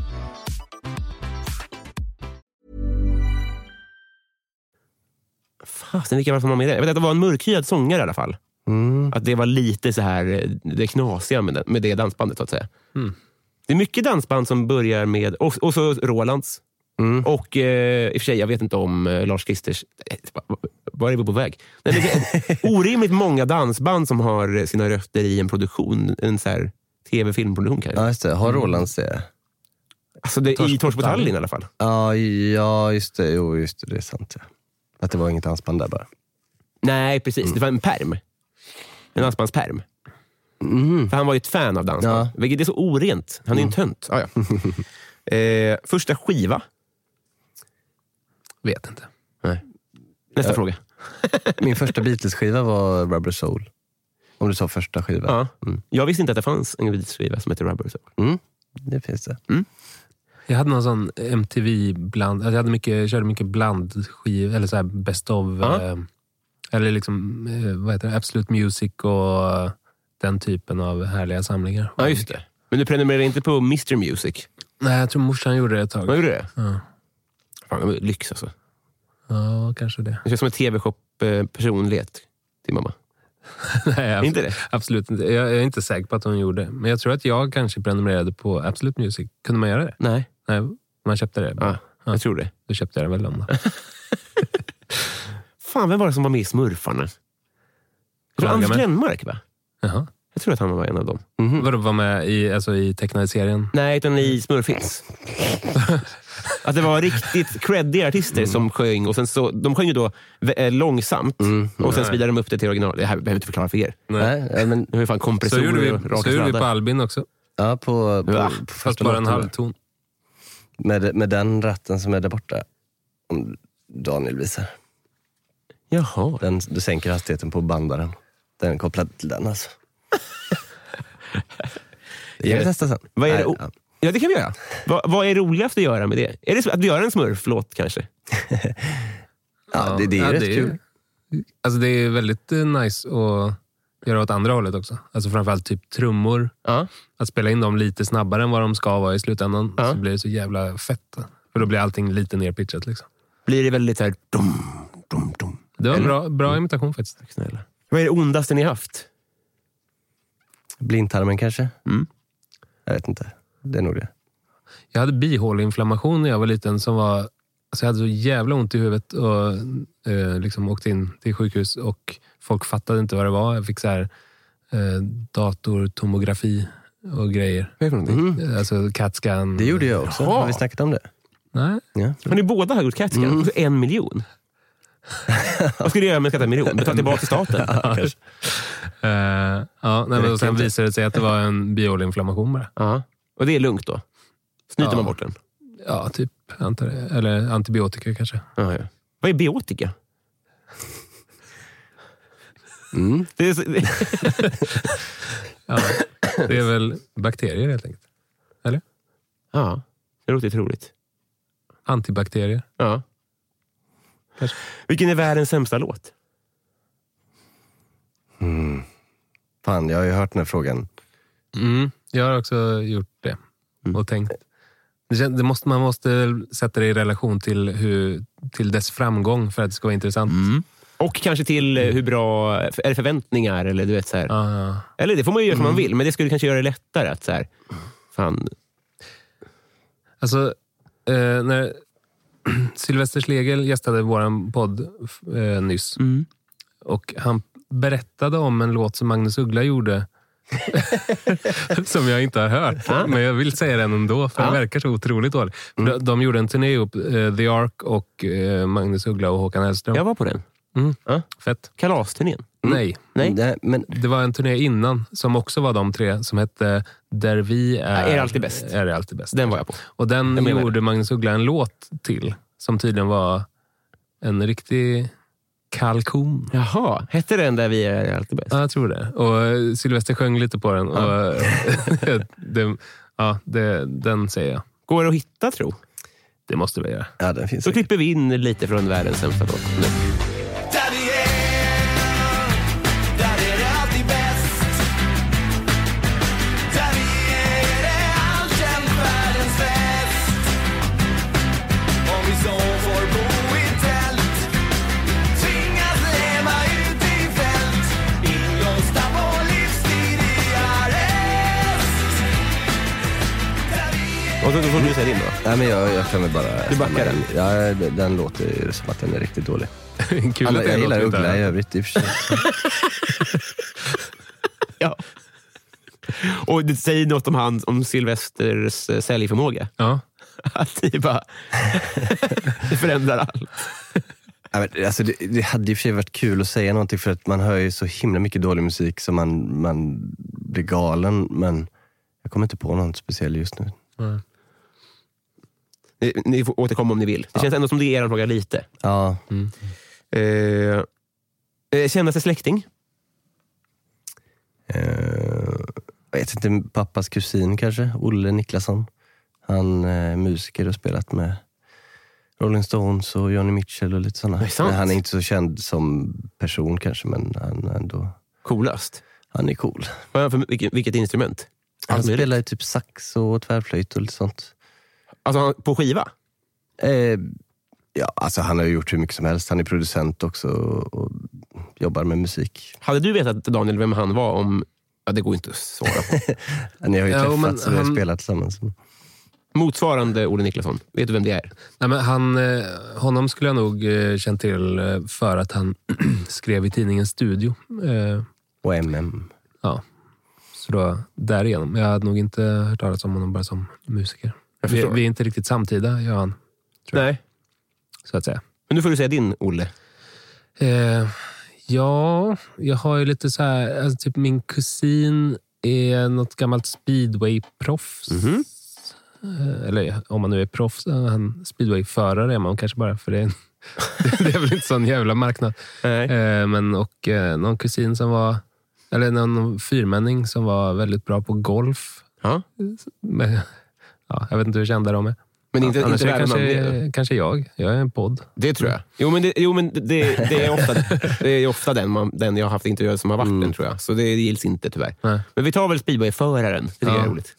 [SPEAKER 2] Fasen, vilka var det som var med i det? Jag vet att det var en mörkhyad sångare i alla fall. Att det var lite så här eh, det knasiga med det, med det dansbandet, så att säga. Det är mycket dansband som börjar med... Och, och så Rolands. Och eh, i och för sig, jag vet inte om eh, Lars Kristers... eh, va- Var är vi på väg? Nej, men det är orimligt många dansband som har eh, sina rötter i en produktion. En så här tv-filmproduktion kanske.
[SPEAKER 3] ja, just det.
[SPEAKER 4] Mm.
[SPEAKER 3] Har Rolands det?
[SPEAKER 2] Alltså det, I Torsk på Tallinn i alla fall.
[SPEAKER 3] Ja, ja, just det. Jo, just det. Det är sant. Ja. Att det var inget dansband där bara.
[SPEAKER 2] Nej, precis. Det var en perm. En dansbandspärm. För han var ju ett fan av dansband. Vilket är så orent. Han är ju en tönt. Ah, ja. eh, första skiva.
[SPEAKER 4] Vet inte.
[SPEAKER 2] Nästa fråga.
[SPEAKER 3] Min första Beatles-skiva var Rubber Soul. Om du sa första skiva.
[SPEAKER 2] Ja. Mm. Jag visste inte att det fanns en Beatles-skiva som heter Rubber Soul.
[SPEAKER 3] Mm, det finns det.
[SPEAKER 4] Jag hade någon sån MTV-bland... Alltså jag hade mycket, körde mycket blandskiv, eller så här best of...
[SPEAKER 2] Ja.
[SPEAKER 4] Eh, eller liksom, eh, vad heter det? Absolute Music och eh, den typen av härliga samlingar.
[SPEAKER 2] Ja, just det. Men du prenumererar inte på Mr Music?
[SPEAKER 4] Nej, jag tror morsan gjorde det ett tag.
[SPEAKER 2] Vad gjorde det?
[SPEAKER 4] Ja.
[SPEAKER 2] Fan, det var lyx alltså.
[SPEAKER 4] Ja, kanske det.
[SPEAKER 2] Det känns som en tv-shop-personlighet till mamma.
[SPEAKER 4] Nej, abs-
[SPEAKER 2] Inte det?
[SPEAKER 4] Absolut inte. Jag, jag är inte säker på att hon gjorde det. Men jag tror att jag kanske prenumererade på Absolute Music. Kunde man göra det?
[SPEAKER 2] Nej,
[SPEAKER 4] Nej, man köpte det.
[SPEAKER 2] ja, jag tror det.
[SPEAKER 4] Då köpte jag den väl om då.
[SPEAKER 2] Fan, vem var det som var med i Smurfarna? Jag tror
[SPEAKER 4] Lagerman.
[SPEAKER 2] Anders Glenmark, va?
[SPEAKER 4] Jaha.
[SPEAKER 2] Jag tror att han var en av dem.
[SPEAKER 4] Vadå, var med i, alltså, i tecknade serien?
[SPEAKER 2] Nej, utan i Smurfits. att det var riktigt creddiga artister som sjöng. Och sen så, de sjöng ju då eh, långsamt och sen speedade de upp det till originalet. Det här behöver jag inte förklara för er.
[SPEAKER 3] Nej, ja, men,
[SPEAKER 2] Det var ju fan
[SPEAKER 4] Så gjorde vi,
[SPEAKER 2] kompressorer och raka
[SPEAKER 4] så gjorde vi på
[SPEAKER 2] sladdar.
[SPEAKER 4] Albin också.
[SPEAKER 3] ja, på, på,
[SPEAKER 2] Ja,
[SPEAKER 3] på
[SPEAKER 4] Fast
[SPEAKER 3] Ah, första
[SPEAKER 4] bara en
[SPEAKER 3] låten där.
[SPEAKER 4] halvton.
[SPEAKER 3] Med, med den ratten som är där borta. Om Daniel visar.
[SPEAKER 2] Jaha.
[SPEAKER 3] Den, du sänker hastigheten på bandaren. Den är kopplad till den alltså. Det kan vi testa sen.
[SPEAKER 2] Vad är det?
[SPEAKER 3] Nej,
[SPEAKER 2] o- Ja, det kan vi göra. Vad, vad är roligast att göra med det? Är det så- att göra en smurflåt kanske?
[SPEAKER 3] Ja, det, det är
[SPEAKER 4] Ja,
[SPEAKER 3] rätt
[SPEAKER 4] det är-
[SPEAKER 3] kul.
[SPEAKER 4] Alltså, det är väldigt eh, nice att göra åt andra hållet också. Alltså framförallt typ trummor.
[SPEAKER 2] Ja.
[SPEAKER 4] Att spela in dem lite snabbare än vad de ska vara i slutändan. Så blir det så jävla fett. För då blir allting lite nerpitchat. Liksom.
[SPEAKER 2] Blir det väldigt så här... Dum, dum, dum.
[SPEAKER 4] Det var en bra,
[SPEAKER 2] Mm.
[SPEAKER 4] bra imitation faktiskt.
[SPEAKER 2] Snälla. Vad är det ondaste ni haft?
[SPEAKER 3] Blindtarmen kanske?
[SPEAKER 2] Mm.
[SPEAKER 3] Jag vet inte. Det är nog det.
[SPEAKER 4] Jag hade bihåleinflammation när jag var liten. Som var, alltså jag hade så jävla ont i huvudet och eh, liksom åkte in till sjukhus och folk fattade inte vad det var. Jag fick så här, eh, datortomografi och grejer.
[SPEAKER 2] Vad är det för någonting?
[SPEAKER 4] Alltså CAT-scan.
[SPEAKER 3] Det gjorde jag också.
[SPEAKER 2] Jaha.
[SPEAKER 3] Har vi snackat om det?
[SPEAKER 4] Nej,
[SPEAKER 2] Har ni båda har gjort CAT-scan? Och så En miljon? Vad skulle du göra med en skattad miljon? Betala tillbaka till staten? kanske.
[SPEAKER 4] Eh, ja, nej, men och sen visade det sig att det var en bihåleinflammation bara.
[SPEAKER 2] Ja. Och det är lugnt då? Snyter
[SPEAKER 4] Ja.
[SPEAKER 2] man bort den?
[SPEAKER 4] Ja, typ. Antar jag. Eller antibiotika kanske.
[SPEAKER 2] Ja, ja. Vad är biotika? Det är så,
[SPEAKER 4] Ja, det är väl bakterier helt enkelt.
[SPEAKER 2] ja, det låter otroligt.
[SPEAKER 4] Antibakterier.
[SPEAKER 2] Ja.
[SPEAKER 4] Kanske.
[SPEAKER 2] Vilken är världens sämsta låt?
[SPEAKER 3] Fan, jag har ju hört den här frågan.
[SPEAKER 4] Mm, jag har också gjort det och tänkt. Det kän- det måste, man måste sätta det i relation till, hur, till dess framgång för att det ska vara intressant.
[SPEAKER 2] Och kanske till eh, hur bra... Är det förväntningar? Eller, du vet, så här.
[SPEAKER 4] Ja, ja.
[SPEAKER 2] eller det får man ju göra som man vill, men det skulle kanske göra det lättare. att så här, fan,
[SPEAKER 4] Alltså, eh, när Sylvester Schlegel gästade vår podd f- eh, nyss
[SPEAKER 2] Mm.
[SPEAKER 4] och han berättade om en låt som Magnus Uggla gjorde som jag inte har hört, men jag vill säga den ändå för den verkar så otroligt dålig.
[SPEAKER 2] Mm.
[SPEAKER 4] För de, de gjorde en turné ihop, eh, The Ark och eh, Magnus Uggla och Håkan Hellström. Mm.
[SPEAKER 2] jag var på den.
[SPEAKER 4] Fett.
[SPEAKER 2] Kalasturnén.
[SPEAKER 4] Nej.
[SPEAKER 2] Nej.
[SPEAKER 3] men
[SPEAKER 4] Det var en turné innan som också var de tre som hette Där vi är,
[SPEAKER 2] Ja, är det alltid bäst?
[SPEAKER 4] Är det alltid bäst.
[SPEAKER 2] Den var jag på.
[SPEAKER 4] Och den
[SPEAKER 2] Jag menar
[SPEAKER 4] gjorde Magnus Uggla en låt till som tydligen var en riktig kalkon.
[SPEAKER 2] Jaha, hette den där vi är alltid bäst?
[SPEAKER 4] Ja, jag tror det. Och eh, Sylvester sjöng lite på den. Och, eh, det, ja, det, den säger jag.
[SPEAKER 2] Går det att hitta tro?
[SPEAKER 4] Det måste vi göra.
[SPEAKER 3] ja, den finns
[SPEAKER 2] Då
[SPEAKER 3] säkert.
[SPEAKER 2] klipper vi in lite från världens sämsta låt. Nu. Och så så får du säga din då.
[SPEAKER 3] Nej, men jag, jag kan väl bara...
[SPEAKER 2] Du backar den?
[SPEAKER 3] Ja, den den låter ju som att den är riktigt dålig.
[SPEAKER 4] Kul
[SPEAKER 3] Alla, jag
[SPEAKER 4] en låt
[SPEAKER 3] gillar
[SPEAKER 4] vi inte
[SPEAKER 3] Uggla i
[SPEAKER 4] har.
[SPEAKER 3] övrigt i och för sig.
[SPEAKER 2] Ja. Och det säger något om, han, om Sylvesters eh, säljförmåga.
[SPEAKER 4] Ja.
[SPEAKER 2] Att det bara... det förändrar allt.
[SPEAKER 3] Ja, men, alltså, det, det hade i och för sig varit kul att säga någonting för att man hör ju så himla mycket dålig musik så man, man blir galen. Men jag kommer inte på någon speciell just nu.
[SPEAKER 2] Ni, Eh, ni får återkomma om ni vill. Det känns ändå som det är er fråga lite.
[SPEAKER 3] Ja,
[SPEAKER 2] Eh, eh, kända sig släkting?
[SPEAKER 3] eh, jag vet inte, pappas kusin kanske? Olle Niklasson. Han är musiker och spelat med Rolling Stones och Johnny Mitchell och lite sådana.
[SPEAKER 2] är sant.
[SPEAKER 3] Men Han är inte så känd som person kanske, men han, är ändå,
[SPEAKER 2] Coolast?
[SPEAKER 3] han är cool.
[SPEAKER 2] Vad är han för, vilket, vilket instrument?
[SPEAKER 3] Han
[SPEAKER 2] Allt möjligt.
[SPEAKER 3] spelar ju typ sax och tvärflöjt och lite sånt.
[SPEAKER 2] Alltså han- på skiva?
[SPEAKER 3] Eh, ja, alltså han har ju gjort hur mycket som helst. Han är producent också och, och jobbar med musik.
[SPEAKER 2] Hade du vetat, Daniel, vem han var om... Ja, det går inte att svara på.
[SPEAKER 3] Ni har ju
[SPEAKER 4] Ja, men
[SPEAKER 3] träffats och vi har
[SPEAKER 4] han-
[SPEAKER 3] spelat tillsammans.
[SPEAKER 2] Motsvarande Olle Niklasson. Vet du vem det är?
[SPEAKER 4] Nej, men han, eh, honom skulle jag nog eh, känt till eh, för att han skrev i tidningen Studio. Eh,
[SPEAKER 3] Och MM.
[SPEAKER 4] Ja. Så då, därigenom. Jag hade nog inte hört talas om honom bara som musiker.
[SPEAKER 2] Jag
[SPEAKER 4] Vi,
[SPEAKER 2] förstår.
[SPEAKER 4] vi är inte riktigt samtida, jag och han,
[SPEAKER 2] Nej.
[SPEAKER 4] så att säga.
[SPEAKER 2] Men nu får du säga din, Olle.
[SPEAKER 4] Eh, ja, jag har ju lite så här... Alltså typ min kusin är något gammalt speedway-proffs.
[SPEAKER 2] Mhm.
[SPEAKER 4] Eh, Eller om man nu är proffs, eh, han speedway-förare är man kanske bara, för det är, en, det är väl inte sån jävla marknad.
[SPEAKER 2] Nej.
[SPEAKER 4] Eh, men och eh, någon kusin som var, eller någon fyrmänning som var väldigt bra på golf.
[SPEAKER 2] Ja.
[SPEAKER 4] Men, ja, jag vet inte hur kända de är.
[SPEAKER 2] Men inte,
[SPEAKER 4] Annars
[SPEAKER 2] inte
[SPEAKER 4] är det
[SPEAKER 2] värre namn. Det,
[SPEAKER 4] kanske, kanske jag. Jag är en podd.
[SPEAKER 2] det tror jag. Jo, men det, jo, men det, det, är, ofta, det är ofta den, man, den jag har haft intervjuer som har varit den, tror jag. Så det gills inte tyvärr.
[SPEAKER 4] Nej.
[SPEAKER 2] Men vi tar väl speedwayföraren. Det tycker
[SPEAKER 4] Ja.
[SPEAKER 2] jag är roligt.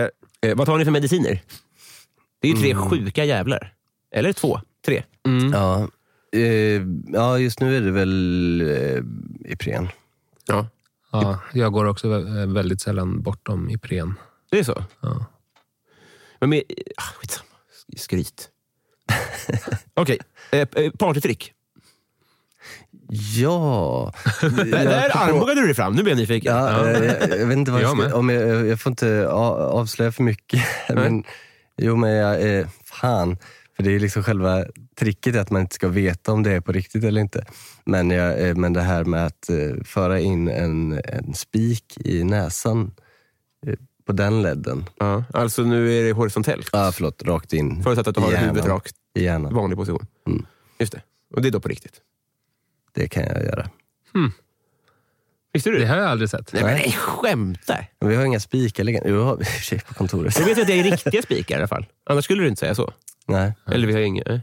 [SPEAKER 2] eh, eh, vad tar ni för mediciner? Det är ju tre sjuka jävlar. Eller två. Tre.
[SPEAKER 3] Ja. Eh, ja, just nu är det väl eh, Ipren.
[SPEAKER 2] Ja.
[SPEAKER 4] Ja, jag går också vä- väldigt sällan bortom Ipren.
[SPEAKER 2] Det är så?
[SPEAKER 4] Ja.
[SPEAKER 2] Men med, ah, skitsamma. Skryt. Okej. Eh, eh, partytrick.
[SPEAKER 3] Ja.
[SPEAKER 2] Där, där armbågade du dig fram. Nu blir jag nyfiken.
[SPEAKER 3] Ja, eh, jag, jag vet inte vad jag,
[SPEAKER 4] Jag med.
[SPEAKER 3] ska, om jag, jag får inte a- avslöja för mycket. Men, jo, men jag, eh, fan. För det är liksom själva tricket är att man inte ska veta om det är på riktigt eller inte. Men, jag, eh, men det här med att eh, föra in en, en spik i näsan eh, på den ledden.
[SPEAKER 2] Ja, alltså nu är det horisontellt.
[SPEAKER 3] Ah, förlåt, rakt in
[SPEAKER 2] Förutsatt att du har
[SPEAKER 3] i
[SPEAKER 2] huvudet
[SPEAKER 3] hjärnan.
[SPEAKER 2] rakt,
[SPEAKER 3] i hjärnan.
[SPEAKER 2] vanlig position.
[SPEAKER 3] Mm.
[SPEAKER 2] Just det. Och det är då på riktigt.
[SPEAKER 3] Det kan jag göra.
[SPEAKER 2] Visste du det?
[SPEAKER 4] Det har jag aldrig sett.
[SPEAKER 2] Nej,
[SPEAKER 4] Eh,
[SPEAKER 2] men
[SPEAKER 3] Nej.
[SPEAKER 2] nej, skämtar!
[SPEAKER 3] Men vi har inga spikar liggande. Jo, i och för sig på kontoret.
[SPEAKER 2] Jag vet att det är riktiga spikar i alla fall. Annars skulle du inte säga så.
[SPEAKER 3] Nej.
[SPEAKER 2] Eller vi har inga. nej.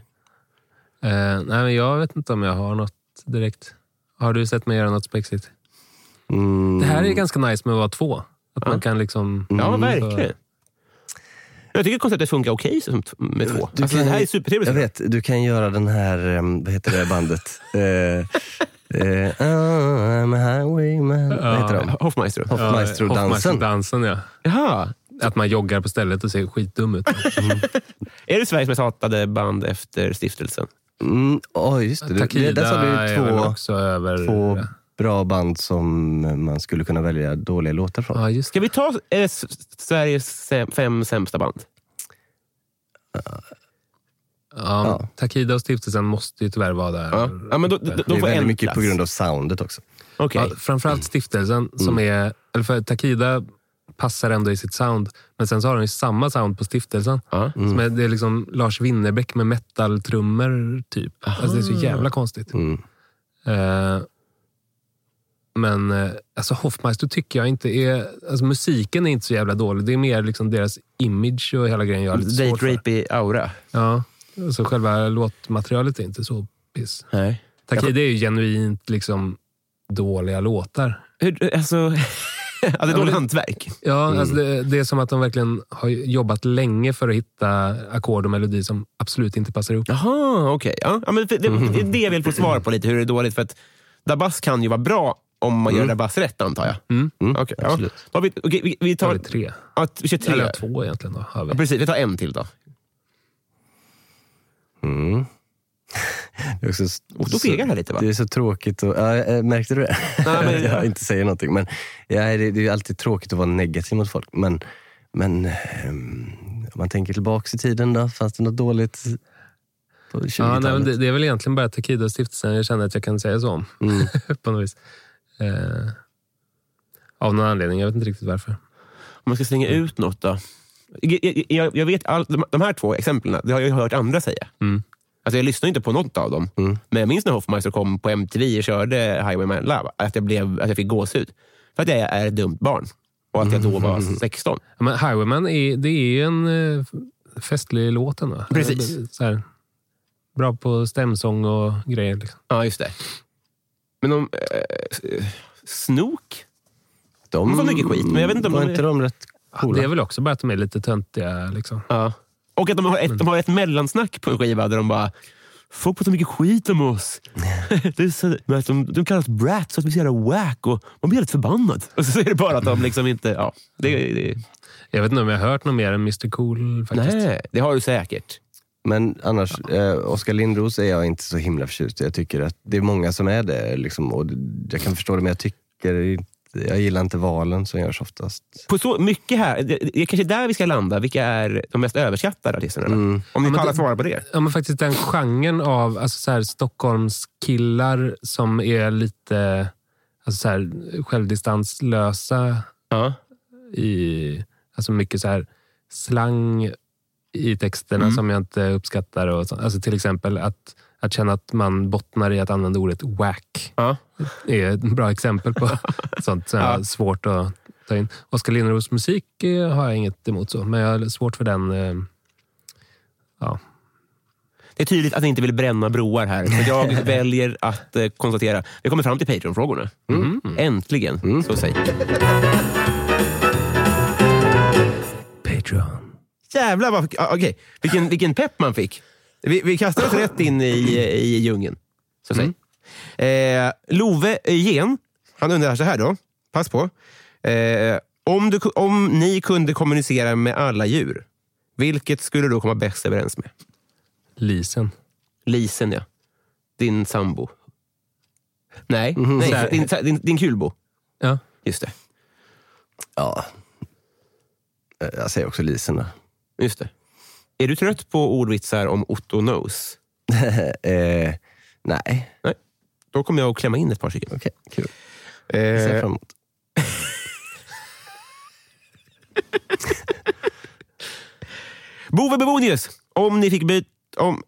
[SPEAKER 4] Eh, nej, men jag vet inte om jag har något direkt. Har du sett mig göra något spexigt?
[SPEAKER 3] Mm. Mm.
[SPEAKER 4] Det här är ganska nice med att vara två. Att man kan liksom...
[SPEAKER 2] Ja,
[SPEAKER 4] så-
[SPEAKER 2] verkligen. Jag tycker konceptet funkar okej som t- med två.
[SPEAKER 3] Du
[SPEAKER 2] Alltså, det
[SPEAKER 3] kan-
[SPEAKER 2] här är supertrevligt.
[SPEAKER 3] Jag vet, du kan göra den här, ehm, vad heter det bandet? eh, eh, I'm a highwayman. Vad heter de?
[SPEAKER 2] Hoffmeister.
[SPEAKER 4] Ja,
[SPEAKER 3] Hoffmaestro-dansen.
[SPEAKER 4] Hoffmaestro-dansen, ja.
[SPEAKER 2] Jaha.
[SPEAKER 4] Att man joggar på stället och ser skitdum ut.
[SPEAKER 2] Är det Sveriges mest hatade band efter stiftelsen?
[SPEAKER 3] Mm, oh, just det. Du, det där sa
[SPEAKER 4] Takida
[SPEAKER 3] du
[SPEAKER 4] är
[SPEAKER 3] ju
[SPEAKER 4] väl
[SPEAKER 3] två,
[SPEAKER 4] också över...
[SPEAKER 3] två bra band som man skulle kunna välja dåliga låtar från.
[SPEAKER 4] Ja, just
[SPEAKER 2] Ska
[SPEAKER 4] det.
[SPEAKER 2] vi ta eh, s- Sveriges säm- fem sämsta band?
[SPEAKER 4] Ja, men
[SPEAKER 3] Ja.
[SPEAKER 4] Takida och stiftelsen måste ju tyvärr vara där.
[SPEAKER 2] Ja. ja men då, de,
[SPEAKER 3] det
[SPEAKER 2] de
[SPEAKER 3] är
[SPEAKER 2] får
[SPEAKER 3] väldigt
[SPEAKER 2] en
[SPEAKER 3] mycket
[SPEAKER 2] plats.
[SPEAKER 3] på grund av soundet också.
[SPEAKER 2] Okej. Mm.
[SPEAKER 4] Ja, framförallt stiftelsen som är... Eller för Takida passar ändå i sitt sound. Men sen så har de ju samma sound på stiftelsen.
[SPEAKER 2] Ja. Mm.
[SPEAKER 4] Som är, det är liksom Lars Winnerbäck med metal-trummor typ. Alltså det är så jävla konstigt.
[SPEAKER 2] Mm.
[SPEAKER 4] Eh, men eh, alltså Hoffmeister tycker jag inte är... Alltså musiken är inte så jävla dålig. Det är mer liksom deras image och hela grejen jag har lite
[SPEAKER 2] Date
[SPEAKER 4] svårt för.
[SPEAKER 2] rapey aura.
[SPEAKER 4] Ja, alltså själva låtmaterialet är inte så piss.
[SPEAKER 2] Nej.
[SPEAKER 4] Takida är ju genuint liksom dåliga låtar.
[SPEAKER 2] Hur, alltså, alltså dåligt hantverk.
[SPEAKER 4] Ja, alltså det, det är som att de verkligen har jobbat länge för att hitta ackord och melodi som absolut inte passar ihop.
[SPEAKER 2] Jaha, okej. Ja. Ja, men det, det, det är det jag vill få svar på lite, hur det är dåligt. För att Dabas kan ju vara bra om man gör Dabas rätt, antar jag. Mm. Okej, ja.
[SPEAKER 3] absolut.
[SPEAKER 2] Vad vi, okej, vi, vi
[SPEAKER 4] Då har
[SPEAKER 2] tar
[SPEAKER 4] vi tre.
[SPEAKER 2] ja, vi kör tre.
[SPEAKER 4] Eller två egentligen. Då, har vi.
[SPEAKER 2] Ja, precis, vi tar en till då.
[SPEAKER 3] Det är också s-
[SPEAKER 2] Och då
[SPEAKER 3] så-
[SPEAKER 2] fegar det här lite, va?
[SPEAKER 3] Det är så tråkigt. Och, ja, eh, märkte du det?
[SPEAKER 2] Nej, men-
[SPEAKER 3] jag inte säger någonting. Men, ja, det, det är ju alltid tråkigt att vara negativ mot folk. Men, men ehm, om man tänker tillbaka i tiden då, fanns det något dåligt på
[SPEAKER 4] Ja,
[SPEAKER 3] 20-talet?
[SPEAKER 4] nej, men det, det är väl egentligen bara Takida och stiftelsen jag känner att jag kan säga så om.
[SPEAKER 2] Mm.
[SPEAKER 4] på något vis. Eh, av någon anledning. Jag vet inte riktigt varför.
[SPEAKER 2] Om man ska slänga ut något då. Jag, jag, jag vet allt, de, de här två exemplen det har jag ju hört andra säga.
[SPEAKER 4] Mm.
[SPEAKER 2] Alltså jag lyssnar inte på något av dem. Men jag minns när Hoffmeister kom på MTV och körde Highwayman Love, att jag, blev, att jag fick gåshud. För att jag är ett dumt barn. Och att jag då var 16.
[SPEAKER 4] Ja, men Highwayman är, det är ju en eh, festlig låt ändå.
[SPEAKER 2] Precis.
[SPEAKER 4] Så här, bra på stämsång och grejer. Liksom.
[SPEAKER 2] Ja, just det. Men om... Eh, s- eh, Snook?
[SPEAKER 3] de
[SPEAKER 2] får mycket skit, men jag vet inte om
[SPEAKER 3] var
[SPEAKER 2] de är-
[SPEAKER 3] inte de rätt coola?
[SPEAKER 4] Det är väl också bara att de är lite töntiga. Liksom.
[SPEAKER 2] Ja. Och att de har, ett, de har ett mellansnack på en skiva där de bara Folk pratar mycket skit om oss. Det är så, men att de, de kallar oss brats och att vi är så jävla wack. Och man blir helt förbannad. Och så är det bara att de liksom inte... Ja, det, det,
[SPEAKER 4] Jag vet inte om jag har hört något mer än Mr Cool. Faktiskt.
[SPEAKER 2] nej, det har du säkert.
[SPEAKER 3] Men annars, eh, Oskar Lindros är jag inte så himla förtjust i. Jag tycker att det är många som är det. Liksom, och jag kan förstå det, men jag tycker inte- jag gillar inte valen som görs oftast.
[SPEAKER 2] På så mycket här, det det är kanske där vi ska landa. Vilka är de mest överskattade artisterna?
[SPEAKER 3] Mm,
[SPEAKER 2] Om ni
[SPEAKER 4] men
[SPEAKER 2] alla
[SPEAKER 4] det-
[SPEAKER 2] svarar på det.
[SPEAKER 4] Mm. Ja, men faktiskt den genren av alltså så här, Stockholmskillar som är lite alltså så här, självdistanslösa.
[SPEAKER 2] Ja.
[SPEAKER 4] I, alltså mycket så här, slang i texterna som jag inte uppskattar. Och så. Alltså till exempel att, att känna att man bottnar i att använda ordet whack.
[SPEAKER 2] Ja.
[SPEAKER 4] är ett bra exempel på sånt som är svårt att ta in. Oskar Linnros musik eh, har jag inget emot, så, men jag har svårt för den. eh, Ja,
[SPEAKER 2] Det är tydligt att ni inte vill bränna broar här. Men jag väljer att eh, konstatera. Vi kommer fram till Patreon-frågorna.
[SPEAKER 4] Mm.
[SPEAKER 2] Mm. Äntligen, så säg.
[SPEAKER 4] Patreon.
[SPEAKER 2] Jävlar vad... ah, Okej, vilken, vilken pepp man fick. Vi, vi kastar oss rätt in i, i djungeln. Så säg. Eh, Love Gen, han undrar så här då. Pass på. Eh, om, du, ku- om ni kunde kommunicera med alla djur, vilket skulle då komma bäst överens med?
[SPEAKER 4] Lisen.
[SPEAKER 2] Lisen, ja. Din sambo. Nej, nej din, din, din kulbo.
[SPEAKER 4] Ja.
[SPEAKER 2] Just det.
[SPEAKER 3] Ja. Eh, Jag säger också Lisen då.
[SPEAKER 2] Just det. Är du trött på ordvitsar om Otto Nose?
[SPEAKER 3] eh, nej,
[SPEAKER 2] Nej. Då kommer jag att klämma in ett par stycken.
[SPEAKER 3] okej, kul. Det ser jag
[SPEAKER 2] Eh,
[SPEAKER 3] fram emot.
[SPEAKER 2] Bove Bebonius, om ni fick byta... Om,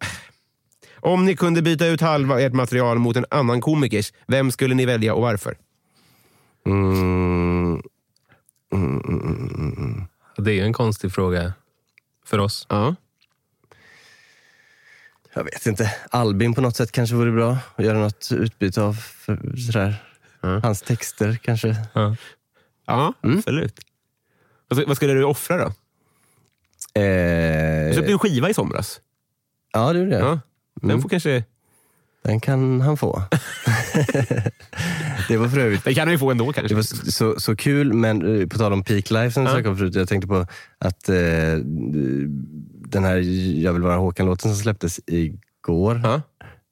[SPEAKER 2] om ni kunde byta ut halva ert material mot en annan komikers, vem skulle ni välja och varför?
[SPEAKER 3] Mm,
[SPEAKER 4] Det är ju en konstig fråga för oss.
[SPEAKER 2] Ja.
[SPEAKER 3] jag vet inte. Albin på något sätt kanske vore bra att göra något utbyte av. För, sådär. Hans texter kanske.
[SPEAKER 2] Ja, absolut. Vad, sk- vad skulle du offra då? Du
[SPEAKER 3] Eh,
[SPEAKER 2] släppte ju en skiva i somras.
[SPEAKER 3] ja, det gjorde jag.
[SPEAKER 2] Ja. Mm. Den får kanske...
[SPEAKER 3] Den kan han få. det var för övrigt
[SPEAKER 2] Den kan du ju få ändå
[SPEAKER 3] Det
[SPEAKER 2] kanske.
[SPEAKER 3] var så, så kul, men eh, på tal om peak life som du snackade om förut. Jag tänkte på att eh, den här Jag vill vara Håkan-låten som släpptes igår.
[SPEAKER 2] Ja.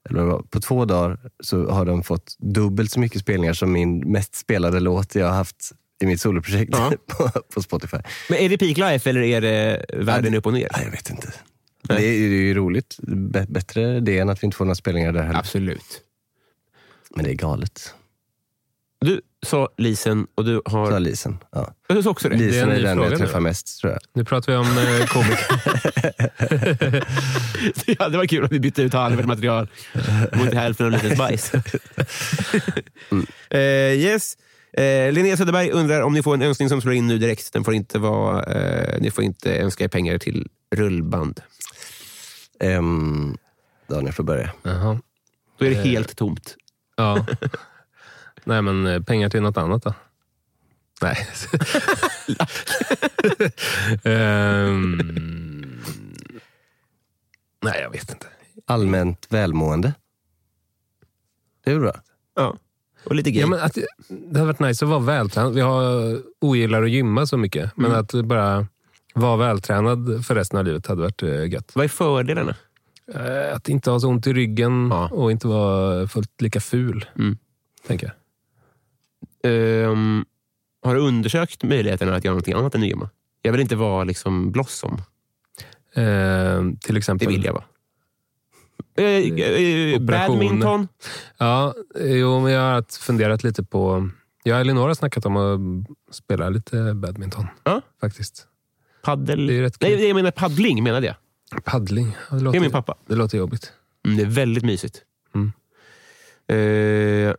[SPEAKER 3] Eller vad det var, på två dagar så har den fått dubbelt så mycket spelningar som min mest spelade låt jag har haft i mitt soloprojekt
[SPEAKER 2] Ja.
[SPEAKER 3] på, på Spotify.
[SPEAKER 2] Men är det peak life eller är det världen upp och ner?
[SPEAKER 3] Nej, jag vet inte. Det är ju det är ju roligt. Bä- bättre det än att vi inte får några spelningar där heller.
[SPEAKER 2] Absolut.
[SPEAKER 3] Men det är galet.
[SPEAKER 2] Du sa lisen och du
[SPEAKER 3] Så har
[SPEAKER 2] har...
[SPEAKER 3] Lisen. Ja.
[SPEAKER 2] Du sa också det?
[SPEAKER 4] är en
[SPEAKER 3] Lisen är,
[SPEAKER 4] ny
[SPEAKER 3] den
[SPEAKER 4] fråga
[SPEAKER 3] jag
[SPEAKER 4] nu.
[SPEAKER 3] träffar mest, tror jag.
[SPEAKER 4] Nu pratar vi om eh, komiker.
[SPEAKER 2] Ja, det var kul att vi bytte ut halvt material mot hälften av lite bajs. Eh, yes. Eh, Linnea Söderberg undrar om ni får en önskning som slår in nu direkt. Den får inte vara, eh, ni får inte önska er pengar till rullband.
[SPEAKER 3] Um, Daniel får börja.
[SPEAKER 4] Jaha.
[SPEAKER 2] Då är det helt tomt.
[SPEAKER 4] Ja. Nej, men eh, pengar till något annat då? Nej. Ehm, nej, jag vet inte.
[SPEAKER 3] allmänt välmående. Det är väl bra?
[SPEAKER 2] Ja. Och lite gay.
[SPEAKER 4] Ja, men att, det hade varit nice att vara vältränad. Vi har, ogillar att gymma så mycket, men att bara vara vältränad för resten av livet hade varit eh, gött.
[SPEAKER 2] Vad är fördelarna?
[SPEAKER 4] Eh, Att inte ha så ont i ryggen
[SPEAKER 2] Ja.
[SPEAKER 4] och inte vara fullt lika ful.
[SPEAKER 2] Mm.
[SPEAKER 4] Tänker jag.
[SPEAKER 2] Ehm, har du undersökt möjligheterna att göra något annat än gymma? Jag vill inte vara liksom Blossom.
[SPEAKER 4] Eh, till
[SPEAKER 2] Det
[SPEAKER 4] exempel.
[SPEAKER 2] vill jag vara. Eh, eh, eh,
[SPEAKER 4] Operationer.
[SPEAKER 2] badminton?
[SPEAKER 4] Ja, eh, jo, men jag har att- funderat lite på... Jag och Elinor har snackat om att spela lite badminton.
[SPEAKER 2] Ja.
[SPEAKER 4] Faktiskt.
[SPEAKER 2] Paddel?
[SPEAKER 4] Det är ju rätt kul.
[SPEAKER 2] Nej, jag menar paddling. Menade jag.
[SPEAKER 4] Paddling. Ja, Det
[SPEAKER 2] Det
[SPEAKER 4] låter,
[SPEAKER 2] är min pappa.
[SPEAKER 4] det låter jobbigt.
[SPEAKER 2] Mm, det är väldigt mysigt.
[SPEAKER 4] Mm.
[SPEAKER 2] Eh,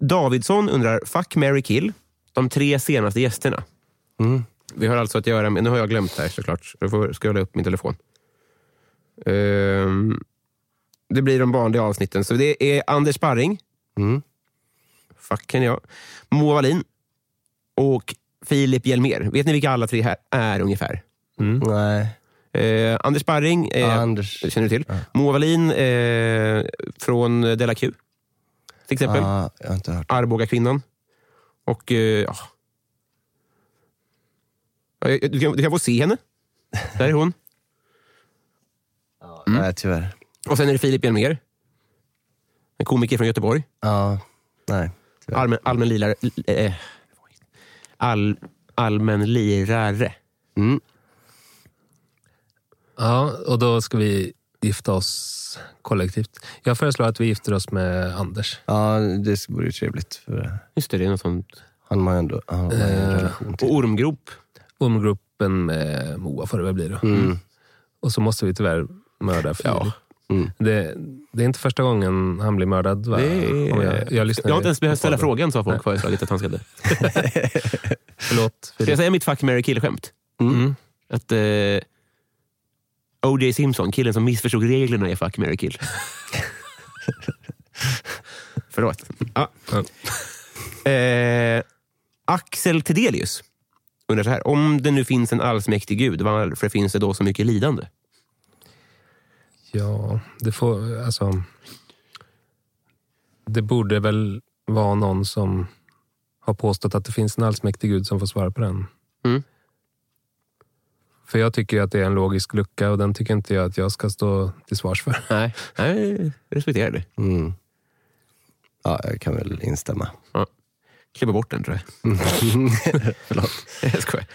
[SPEAKER 2] Davidsson undrar, fuck, Mary kill. De tre senaste gästerna.
[SPEAKER 3] Mm.
[SPEAKER 2] Vi har alltså att göra med... Nu har jag glömt det här såklart. Jag får skrolla upp min telefon. Ehm, det blir de vanliga avsnitten. Så det är Anders Sparring.
[SPEAKER 3] Mm.
[SPEAKER 2] Fucken jag. Moa Wallin. Och Filip Hjelmér. Vet ni vilka alla tre här är ungefär?
[SPEAKER 3] Nej.
[SPEAKER 2] Eh, Anders Sparring. Mm. eh,
[SPEAKER 3] Ja, Anders.
[SPEAKER 2] det känner du till. Moa Wallin eh, från Della Q. Till exempel.
[SPEAKER 3] Ah, jag har inte hört.
[SPEAKER 2] Arboga kvinnan. Och eh, ja. eh, Ja, Du kan, du kan få se henne. Där är hon.
[SPEAKER 3] Nej, tyvärr.
[SPEAKER 2] Och sen är det Filip Hjelmér. En komiker från Göteborg.
[SPEAKER 3] Ja, nej. Tyvärr.
[SPEAKER 2] Allmän, allmän lirare. Eh, all, allmän lirare.
[SPEAKER 4] Ja, och då ska vi gifta oss kollektivt. Jag föreslår att vi gifter oss med Anders.
[SPEAKER 3] Ja, det vore ju trevligt. För
[SPEAKER 2] Just det, det är något sånt.
[SPEAKER 3] han har ju ändå han har ju
[SPEAKER 2] Eh,
[SPEAKER 3] en relation till.
[SPEAKER 2] Och ormgrop.
[SPEAKER 4] Ormgruppen med Moa får det väl bli då. Mm. Och så måste vi tyvärr mörda Filip.
[SPEAKER 2] Mm. Ja. Mm.
[SPEAKER 4] Det, det är inte första gången han blir mördad. Va?
[SPEAKER 2] Det är,
[SPEAKER 4] Om
[SPEAKER 2] jag,
[SPEAKER 4] jag, jag, lyssnar
[SPEAKER 2] har inte ens
[SPEAKER 4] på
[SPEAKER 2] behövt ställa
[SPEAKER 4] podden.
[SPEAKER 2] frågan, sa folk föreslagit att han skulle.
[SPEAKER 4] Förlåt.
[SPEAKER 2] Ska jag
[SPEAKER 4] Filip.
[SPEAKER 2] säga mitt fuck, marry, kill-skämt? Mm. Att eh, O.J. Simpson, killen som missförstod reglerna i fuck, marry, kill. Förlåt. Ja. Eh, Axel Tedelius undrar så här. Om det nu finns en allsmäktig gud, varför finns det då så mycket lidande?
[SPEAKER 4] Ja, det får... Alltså, det borde väl vara någon som har påstått att det finns en allsmäktig gud som får svara på den.
[SPEAKER 2] Mm.
[SPEAKER 4] För jag tycker ju att det är en logisk lucka och den tycker inte jag att jag ska stå till svars för.
[SPEAKER 2] Nej, Nej jag respekterar det.
[SPEAKER 3] Mm. Ja, jag kan väl instämma.
[SPEAKER 2] Klipper bort den, tror jag.
[SPEAKER 4] Mm.
[SPEAKER 2] Jag skojar.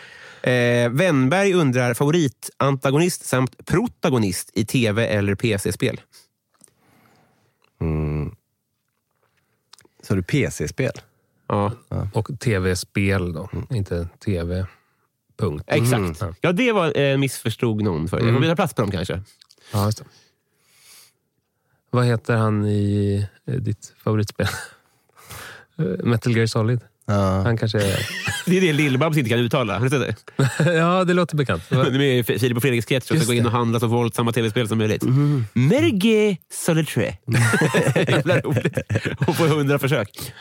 [SPEAKER 2] Eh, Wennberg undrar favoritantagonist samt protagonist i tv eller PC-spel.
[SPEAKER 3] Så har du PC-spel?
[SPEAKER 2] Ja,
[SPEAKER 4] Och tv-spel då, inte tv. Punkt.
[SPEAKER 2] exakt.
[SPEAKER 4] Mm.
[SPEAKER 2] Ja, det var eh, missförstod någon för. Jag får byta plats med dem kanske.
[SPEAKER 4] Ja, just det. Vad heter han i eh, ditt favoritspel? Eh, Metal Gear Solid?
[SPEAKER 3] Ja.
[SPEAKER 4] Han kanske är...
[SPEAKER 2] Det är det Lill-Babs inte kan uttala. Har du sett det?
[SPEAKER 4] ja, det låter bekant. Va-
[SPEAKER 2] Det är Filip och Fredriks sketch. och
[SPEAKER 4] Just
[SPEAKER 2] ska gå in
[SPEAKER 4] det.
[SPEAKER 2] och handla så våldsamma tv-spel som möjligt. Mm. Merge Solitre. Jävla roligt. Och på hundra försök.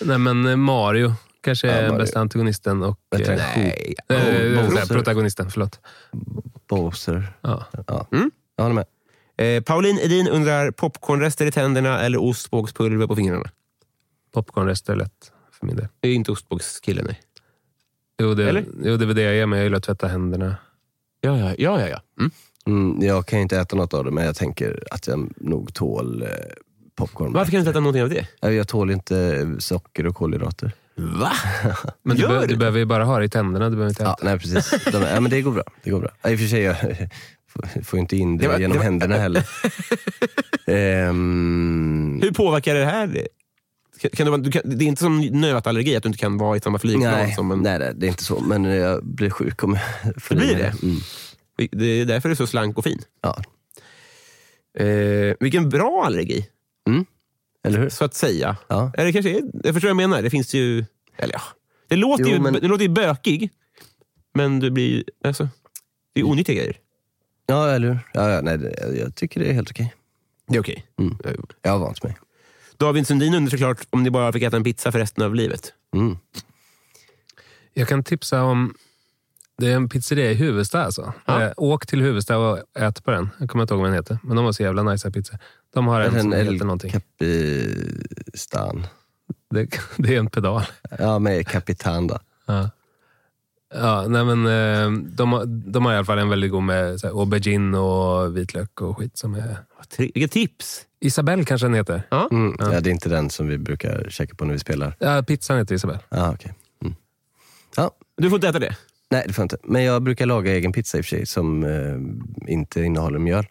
[SPEAKER 4] Nej, men eh, Mario kanske är
[SPEAKER 3] Mario.
[SPEAKER 4] bästa antagonisten och...
[SPEAKER 3] Jag
[SPEAKER 4] eh,
[SPEAKER 3] tror-
[SPEAKER 2] Nej.
[SPEAKER 4] eh,
[SPEAKER 3] Bo-
[SPEAKER 4] eh,
[SPEAKER 3] Bowser.
[SPEAKER 4] såhär, protagonisten, förlåt.
[SPEAKER 3] Bowser.
[SPEAKER 4] Ja.
[SPEAKER 3] Ja.
[SPEAKER 2] Mm.
[SPEAKER 3] Jag håller med.
[SPEAKER 2] Eh, Pauline Edin undrar popcornrester i tänderna eller ostbågspulver på fingrarna.
[SPEAKER 4] Popcornrester är lätt för min del.
[SPEAKER 2] Det är inte ostbågskillen, nej.
[SPEAKER 4] Jo, det,
[SPEAKER 2] Eller?
[SPEAKER 4] jo, det är väl det jag är, men jag gillar att tvätta händerna.
[SPEAKER 2] Ja, ja, ja. ja, ja. Mm.
[SPEAKER 3] Mm, jag kan ju inte äta något av det, men jag tänker att jag nog tål eh, popcorn.
[SPEAKER 2] Varför kan du inte äta någonting av det?
[SPEAKER 3] Nej, Jag tål inte eh, socker och kolhydrater.
[SPEAKER 2] Va?
[SPEAKER 4] Men du,
[SPEAKER 2] Gör
[SPEAKER 4] be,
[SPEAKER 2] du?
[SPEAKER 4] du behöver ju bara ha det i tänderna. Du behöver inte äta.
[SPEAKER 3] Ja, nej, precis. De, ja, men det går bra. Det går bra. Ja, I och för sig, jag får- får ju inte in det,
[SPEAKER 2] Det var-
[SPEAKER 3] genom
[SPEAKER 2] det var-
[SPEAKER 3] händerna heller. Ehm,
[SPEAKER 2] Hur påverkar det här? Kan, kan du, vara- du kan, det är inte som nötallergi, att du inte kan vara i samma flygplan
[SPEAKER 3] nej,
[SPEAKER 2] som en...
[SPEAKER 3] nej, nej, det är inte så. Men jag blir sjuk om jag får
[SPEAKER 2] Det blir
[SPEAKER 3] i mig
[SPEAKER 2] det?
[SPEAKER 3] Mm,
[SPEAKER 2] Det är därför du är så slank och fin.
[SPEAKER 3] ja,
[SPEAKER 2] Eh, vilken bra allergi,
[SPEAKER 3] eller hur?
[SPEAKER 2] så att säga.
[SPEAKER 3] Ja.
[SPEAKER 2] Eller kanske, är- jag förstår vad jag menar. Det finns ju... Eller ja. Det låter,
[SPEAKER 3] Jo,
[SPEAKER 2] ju,
[SPEAKER 3] men-
[SPEAKER 2] det låter ju bökig, men du blir ju- alltså, Det är onyttiga grejer.
[SPEAKER 3] Ja, eller hur? Ja, ja, nej, det, jag tycker det är helt okej.
[SPEAKER 2] Det är okej.
[SPEAKER 3] Mm. Jag har vant mig.
[SPEAKER 2] David Sundin undrar såklart om ni bara fick äta en pizza för resten av livet.
[SPEAKER 3] Mm.
[SPEAKER 4] Jag kan tipsa om... Det är en pizzeria i Huvudsta. Alltså.
[SPEAKER 2] Ja.
[SPEAKER 4] Eh, åk till Huvudsta och ät på den. Jag kommer inte ihåg vad den heter, men de har så jävla nice pizza. De har en som
[SPEAKER 3] En
[SPEAKER 4] heter
[SPEAKER 3] El
[SPEAKER 4] någonting.
[SPEAKER 3] Capitan.
[SPEAKER 4] Det, det är en pedal.
[SPEAKER 3] Ja, men Capitan då.
[SPEAKER 4] Ja. Ja, nej men, eh, de, har, de har i alla fall en väldigt god med så här, aubergine och vitlök och skit. Som är...
[SPEAKER 2] Vad tre- Vilka tips!
[SPEAKER 4] Isabelle kanske den heter.
[SPEAKER 2] Ja.
[SPEAKER 3] Mm. Ja. det är inte den som vi brukar käka på när vi spelar.
[SPEAKER 4] Ja, pizzan heter Isabelle.
[SPEAKER 3] Ah, okay. mm. Ja,
[SPEAKER 2] Du får inte äta det.
[SPEAKER 3] Nej, det får jag inte. Men jag brukar laga egen pizza i och för sig, som eh, inte innehåller mjöl.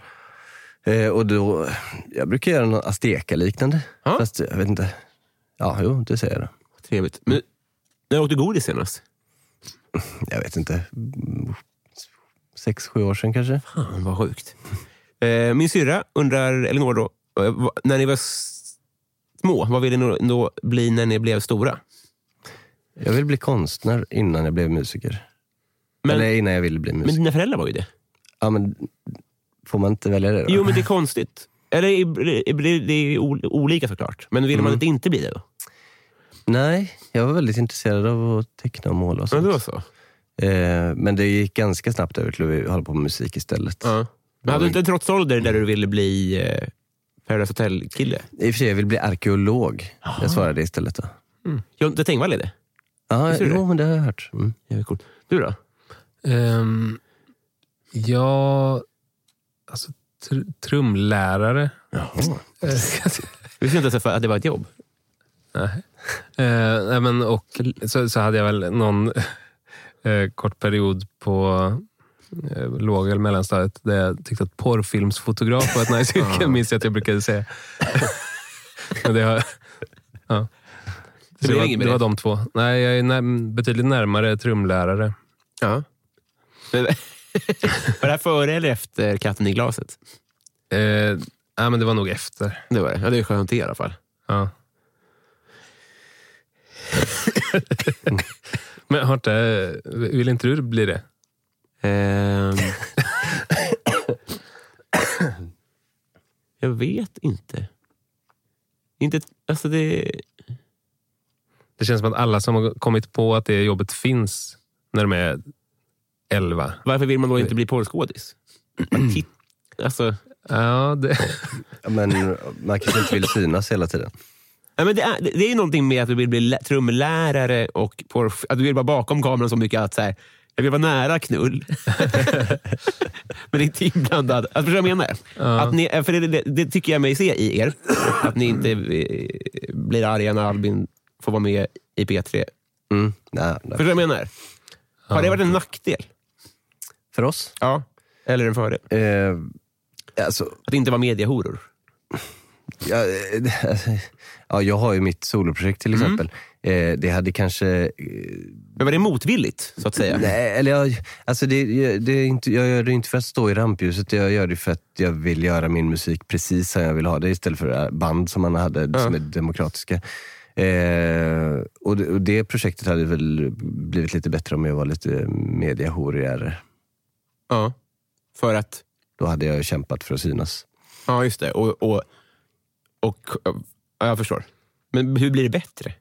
[SPEAKER 3] Eh, och då, jag brukar göra något azteka-liknande.
[SPEAKER 2] Ja.
[SPEAKER 3] Fast jag vet inte. Ja, jo, det säger jag då.
[SPEAKER 2] Trevligt. Men, när åt du godis senast?
[SPEAKER 3] Jag vet inte. Mm, Sex, sju år sedan kanske.
[SPEAKER 2] Fan, vad sjukt. Eh, min syrra undrar, Elinor då, eh, va- när ni var s- små, vad ville ni då bli när ni blev stora?
[SPEAKER 3] Jag ville bli konstnär innan jag blev musiker.
[SPEAKER 2] Men,
[SPEAKER 3] Eller innan jag ville bli
[SPEAKER 2] men
[SPEAKER 3] musiker.
[SPEAKER 2] dina föräldrar var ju det.
[SPEAKER 3] Ja, men får man inte välja det då?
[SPEAKER 2] Jo, men det är konstigt. Eller i- i- i- det är ju ol- olika såklart. Men ville man inte inte bli det då?
[SPEAKER 3] Nej, jag var väldigt intresserad av att teckna och måla och sånt.
[SPEAKER 2] så.
[SPEAKER 3] Eh, men det gick ganska snabbt över till att hålla på med musik istället.
[SPEAKER 2] Ja. Men hade du inte en trotsålder där du ville bli eh, Paradise Hotel-kille?
[SPEAKER 3] I och för sig, jag vill bli arkeolog. Jag svarade istället då.
[SPEAKER 2] John det Tengvall är det.
[SPEAKER 3] Ja,
[SPEAKER 2] Visste du
[SPEAKER 3] jo,
[SPEAKER 2] det?
[SPEAKER 3] men det har jag hört. Mm.
[SPEAKER 2] Jävligt coolt. Du då?
[SPEAKER 4] Ehm, jag Ehm, alltså, tr- trumlärare.
[SPEAKER 2] Vi visste inte ens att det var ett jobb.
[SPEAKER 4] Eh, nej, men, och så, så hade jag väl någon eh, kort period på eh, låg eller mellanstadiet där jag tyckte att porrfilmsfotograf var ett nice yrke, minns jag att jag brukade säga. men det, har, ja.
[SPEAKER 2] Det
[SPEAKER 4] så det,
[SPEAKER 2] blev
[SPEAKER 4] var,
[SPEAKER 2] inget med
[SPEAKER 4] det var
[SPEAKER 2] det.
[SPEAKER 4] de två. Nej, jag är när, betydligt närmare trumlärare.
[SPEAKER 2] Ja. Men- var det här före eller efter Katten i glaset?
[SPEAKER 4] Eh, nej, men det var nog efter.
[SPEAKER 2] Det var det. Ja, det är skönt i alla fall.
[SPEAKER 4] Ja. men har inte, vill inte du bli det?
[SPEAKER 2] Ehm. jag vet inte. Inte... Alltså det...
[SPEAKER 4] Det känns som att alla som har kommit på att det jobbet finns när de är 11.
[SPEAKER 2] Varför vill man då inte bli porrskådis? Man titt- alltså,
[SPEAKER 4] Ja, det,
[SPEAKER 3] Ja, Men man kanske inte vill synas hela tiden.
[SPEAKER 2] nej, men det, är, det är ju någonting med att du vill bli lä- trumlärare och porr, att du vill vara bakom kameran så mycket att så här, jag vill vara nära knull. men inte inblandad. Alltså, förstår du vad jag menar? Att ni, för det, det, det tycker jag mig se i er. Att ni inte eh, blir arga när Albin får vara med i P3.
[SPEAKER 3] Mm. Nej, nej.
[SPEAKER 2] Förstår du vad jag menar? Har det varit en nackdel?
[SPEAKER 3] För oss?
[SPEAKER 2] Ja. Eller en fördel?
[SPEAKER 3] Eh, alltså,
[SPEAKER 2] Att inte vara mediehoror?
[SPEAKER 3] Ja, eh, alltså, ja, jag har ju mitt soloprojekt till exempel. Eh, det hade kanske... eh,
[SPEAKER 2] Men var det motvilligt, så att säga?
[SPEAKER 3] Nej, eller jag, alltså det, jag- det är inte, jag gör det inte för att stå i rampljuset. Jag gör det för att jag vill göra min musik precis som jag vill ha det istället för band som man hade som är demokratiska. Eh, och, det, och det projektet hade väl blivit lite bättre om jag var lite mediahorigare.
[SPEAKER 2] Ja. För att?
[SPEAKER 3] Då hade jag kämpat för att synas.
[SPEAKER 2] Ja, just det. Och, och, och, ja, jag förstår. Men hur blir det bättre?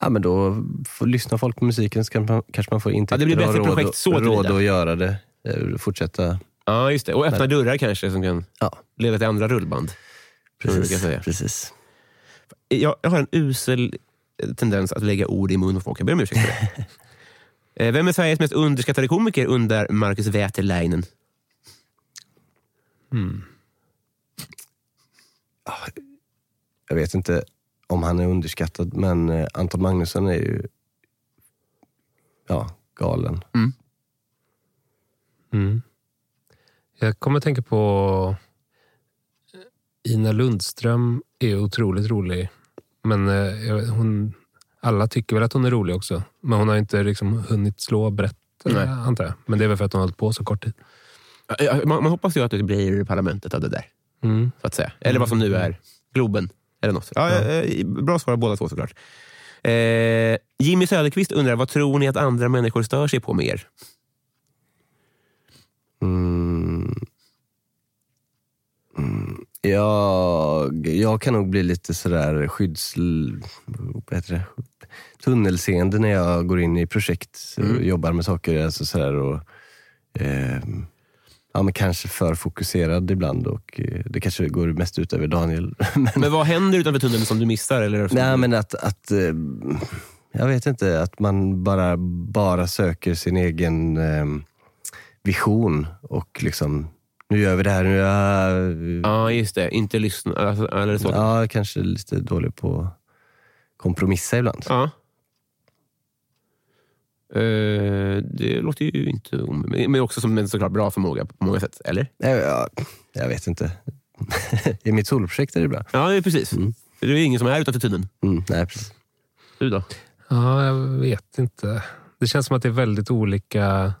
[SPEAKER 3] Ja, men då får, lyssnar folk på musiken så kan man, kanske man får
[SPEAKER 2] Ja, det blir
[SPEAKER 3] intäkter och
[SPEAKER 2] bättre
[SPEAKER 3] råd,
[SPEAKER 2] projekt
[SPEAKER 3] och-
[SPEAKER 2] så till
[SPEAKER 3] råd
[SPEAKER 2] vida.
[SPEAKER 3] att göra det. Eh, Fortsätta.
[SPEAKER 2] Ja, just det. Och öppna dörrar kanske som kan
[SPEAKER 3] Ja,
[SPEAKER 2] leda till andra rullband. Precis,
[SPEAKER 3] precis.
[SPEAKER 2] säga.
[SPEAKER 3] precis.
[SPEAKER 2] Jag, jag har en usel eh, tendens att lägga ord i mun på folk. Jag ber om ursäkt för det. Eh, Vem är Sveriges mest underskattade komiker under Marcus Wäterleinen?
[SPEAKER 3] Jag vet inte om han är underskattad, men eh, Anton Magnusson är ju ja, galen.
[SPEAKER 4] jag kommer att tänka på Ina Lundström är otroligt rolig. Men eh, jag- hon, alla tycker väl att hon är rolig också. Men hon har inte liksom hunnit slå brett,
[SPEAKER 2] Nej.
[SPEAKER 4] antar jag. Men det är väl för att hon har hållit på så kort tid.
[SPEAKER 2] Ja, ja, Man, man hoppas ju att det blir parlamentet av det där.
[SPEAKER 4] Mm.
[SPEAKER 2] så att säga. Eller vad som nu är Globen. Eller något. Ja, eh, Bra svar av båda två såklart. Eh, Jimmy Söderqvist undrar, vad tror ni att andra människor stör sig på med er?
[SPEAKER 3] Mm. Mm. Jag, jag kan nog bli lite sådär skydds... vad heter det? tunnelseende när jag går in i projekt och jobbar med saker. Alltså sådär och, ehm, ja, men kanske för fokuserad ibland och eh, det kanske går mest ut över Daniel. men,
[SPEAKER 2] Men vad händer utanför tunneln som du missar? Eller som
[SPEAKER 3] nej,
[SPEAKER 2] du...
[SPEAKER 3] men att, att eh, jag vet inte, att man bara, bara söker sin egen eh, vision och liksom, nu gör vi det här, nu är jag,
[SPEAKER 2] Ja, just det. Inte lyssna. Alltså, eller så. Ja.
[SPEAKER 3] ja, jag kanske är lite dålig på att kompromissa ibland.
[SPEAKER 2] Eh, det låter ju inte... om- Men men också som en såklart bra förmåga på många sätt. Eller?
[SPEAKER 3] Nej, jag, Eh, jag vet inte. I mitt soloprojekt är det bra.
[SPEAKER 2] Ja, precis. För Mm. det är ju ingen som är utanför tunneln.
[SPEAKER 3] Mm, nej, precis.
[SPEAKER 2] Du då?
[SPEAKER 4] Ja, jag vet inte. Det känns som att det är väldigt olika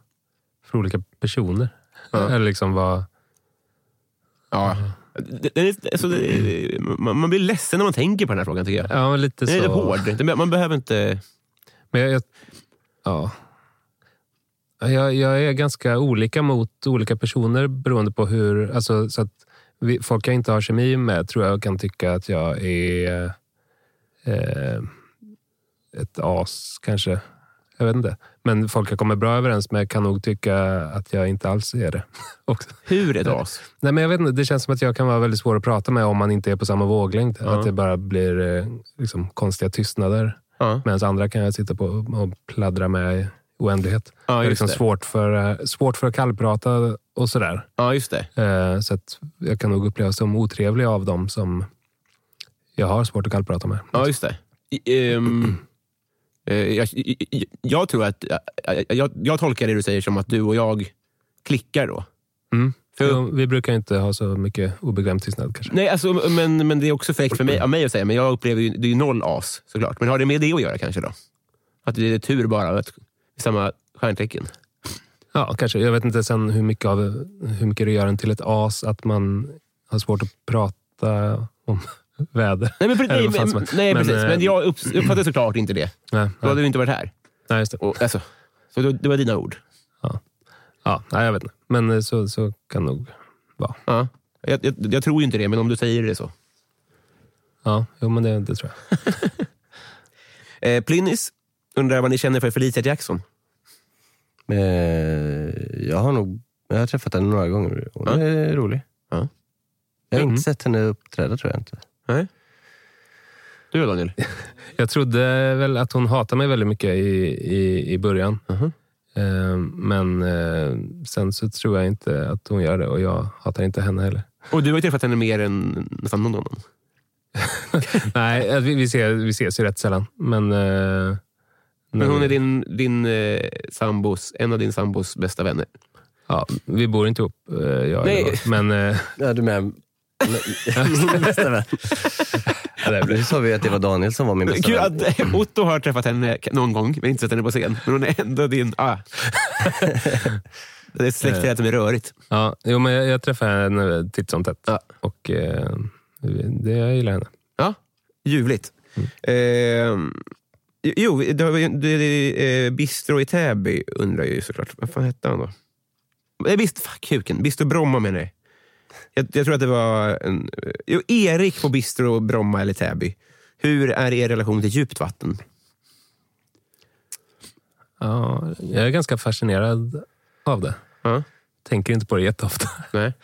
[SPEAKER 4] för olika personer. Eller liksom vad...
[SPEAKER 2] Ja. Det, det, är- alltså, det, man, man blir ledsen när man tänker på den här frågan tycker jag.
[SPEAKER 4] Ja, men lite så.
[SPEAKER 2] Den är hård. Den- Man behöver inte...
[SPEAKER 4] Men jag, jag, ja. jag, jag är ganska olika mot olika personer beroende på hur... Alltså, så att vi, folk jag inte har kemi med tror jag kan tycka att jag är eh, ett as, kanske. Jag vet inte. Men folk jag kommer bra överens med kan nog tycka att jag inte alls är det. Också.
[SPEAKER 2] Hur ett as?
[SPEAKER 4] Nej, men jag vet inte, det känns som att jag kan vara väldigt svår att prata med om man inte är på samma våglängd. Att det bara blir eh, liksom, konstiga tystnader.
[SPEAKER 2] Ja.
[SPEAKER 4] Medan andra kan jag sitta på och pladdra med oändlighet.
[SPEAKER 2] Ja,
[SPEAKER 4] det är
[SPEAKER 2] just
[SPEAKER 4] liksom
[SPEAKER 2] det.
[SPEAKER 4] svårt för, eh, svårt för att kallprata och sådär.
[SPEAKER 2] Ja, just det.
[SPEAKER 4] Eh, Så att jag kan nog upplevas som otrevlig av dem som jag har svårt att kallprata med.
[SPEAKER 2] Ja, just det. I, ehm, eh, jag, jag, jag tror att... Jag, jag, jag tolkar det du säger som att du och jag klickar då.
[SPEAKER 4] Mm.
[SPEAKER 2] För-
[SPEAKER 4] Jo, vi brukar ju inte ha så mycket obekväm tystnad kanske.
[SPEAKER 2] Nej, alltså, men, men det är också fräckt för mig, av mig att säga, men jag upplever ju, det är ju noll as såklart. Men har det med det att göra kanske då? Att det är tur bara att vi är samma stjärntecken?
[SPEAKER 4] Ja, kanske. Jag vet inte sen hur mycket, av, hur mycket det gör en till ett as att man har svårt att prata om väder.
[SPEAKER 2] Nej, men,
[SPEAKER 4] Eller
[SPEAKER 2] nej,
[SPEAKER 4] vad fan
[SPEAKER 2] men,
[SPEAKER 4] som helst.
[SPEAKER 2] nej
[SPEAKER 4] Men,
[SPEAKER 2] precis.
[SPEAKER 4] eh,
[SPEAKER 2] Men jag upps- uppfattar såklart inte det.
[SPEAKER 4] Nej,
[SPEAKER 2] Då hade
[SPEAKER 4] nej,
[SPEAKER 2] vi inte varit här.
[SPEAKER 4] nej, just det.
[SPEAKER 2] Och, alltså, så då, det var dina ord.
[SPEAKER 4] Ja, nej, jag vet inte. Men eh, så, så kan nog vara.
[SPEAKER 2] Ja. Jag, jag, jag tror ju inte det, men om du säger det så.
[SPEAKER 4] Ja, jo, men det, det tror jag.
[SPEAKER 2] Eh, Plinnis undrar vad ni känner för Felicia Jackson.
[SPEAKER 3] Eh, jag har nog jag har träffat henne några gånger. Hon
[SPEAKER 2] Ja.
[SPEAKER 3] är rolig.
[SPEAKER 2] Ja.
[SPEAKER 3] Jag har
[SPEAKER 4] Mm.
[SPEAKER 3] inte sett henne uppträda tror jag inte.
[SPEAKER 2] Du då Daniel?
[SPEAKER 4] Jag trodde väl att hon hatade mig väldigt mycket i, i, i början.
[SPEAKER 2] Mhm.
[SPEAKER 4] Eh, Men eh, sen så tror jag inte att hon gör det och jag hatar inte henne heller.
[SPEAKER 2] Och du har ju träffat henne mer än nästan någon annan.
[SPEAKER 4] Nej, eh, vi, vi, ser, vi ses ju rätt sällan. Men, eh,
[SPEAKER 2] Men hon är din, din eh, sambos, en av din sambos bästa vänner.
[SPEAKER 4] Ja, vi bor inte ihop, eh, jag
[SPEAKER 2] Nej.
[SPEAKER 4] Nej. Men eh,
[SPEAKER 3] Ja, du med. Min bästa vän.
[SPEAKER 4] ja, det blir
[SPEAKER 3] Nu sa vi att det var Daniel som var min bästa
[SPEAKER 2] Kul
[SPEAKER 3] vän.
[SPEAKER 2] att eh, Otto har träffat henne någon gång, men inte sett henne på scen. Men hon är ändå din... Ah. Det är släktträdet som är rörigt.
[SPEAKER 4] ja, jo, men jag, jag träffar henne eh, titt som tätt.
[SPEAKER 2] Ja.
[SPEAKER 4] Och eh, det, jag gillar henne.
[SPEAKER 2] Ja, Mm. ljuvligt. Eh, jo, det, har vi- det, det, eh, Bistro i Täby undrar ju såklart. Vad fan hette han då? Eh, bist, fuck, kuken. Bistro Bromma menar jag. jag. Jag tror att det var en, eh, jo, Erik på Bistro Bromma eller Täby. Hur är er relation till djupt vatten?
[SPEAKER 4] Ja, jag är ganska fascinerad av det.
[SPEAKER 2] Ja.
[SPEAKER 4] Tänker inte på det jätteofta.
[SPEAKER 2] Nej.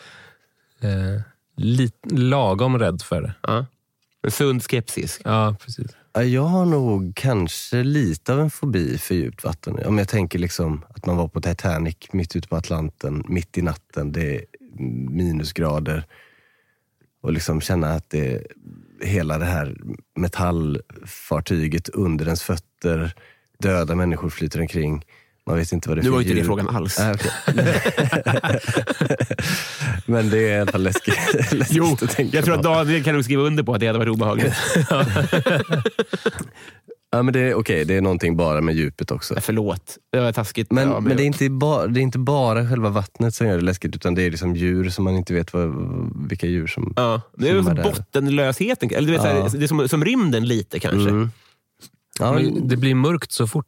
[SPEAKER 4] Eh, lit, lagom rädd för det.
[SPEAKER 2] Ja. En sund skepsis.
[SPEAKER 4] Ja, precis.
[SPEAKER 3] Ja, Jag har nog kanske lite av en fobi för djupt vatten. Om jag tänker liksom att man var på Titanic mitt ute på Atlanten, mitt i natten, det är minusgrader. Och liksom känna att det, hela det här metallfartyget under ens fötter, döda människor flyter omkring. Man vet inte vad det är
[SPEAKER 2] Nu
[SPEAKER 3] för
[SPEAKER 2] var ju inte det
[SPEAKER 3] djur.
[SPEAKER 2] frågan alls.
[SPEAKER 3] Ah, okej. Men det är i alla fall läskigt, läskigt
[SPEAKER 2] Jo,
[SPEAKER 3] att tänka
[SPEAKER 2] jag tror att
[SPEAKER 3] på.
[SPEAKER 2] Daniel kan nog skriva under på att det hade varit obehagligt.
[SPEAKER 3] Ja, men det är okej, det är någonting bara med djupet också.
[SPEAKER 2] Förlåt, det var taskigt.
[SPEAKER 3] Men,
[SPEAKER 2] Ja,
[SPEAKER 3] men det, är inte ba, det är inte bara själva vattnet som gör det läskigt, utan det är liksom djur som man inte vet vad, vilka djur som...
[SPEAKER 2] Ja, det är
[SPEAKER 3] Som
[SPEAKER 2] ju
[SPEAKER 3] var
[SPEAKER 2] så
[SPEAKER 3] där.
[SPEAKER 2] bottenlösheten. Eller du vet,
[SPEAKER 3] Ja.
[SPEAKER 2] så här, det är som, som rymden lite kanske.
[SPEAKER 3] Mm. Ja,
[SPEAKER 4] Men det blir mörkt så fort.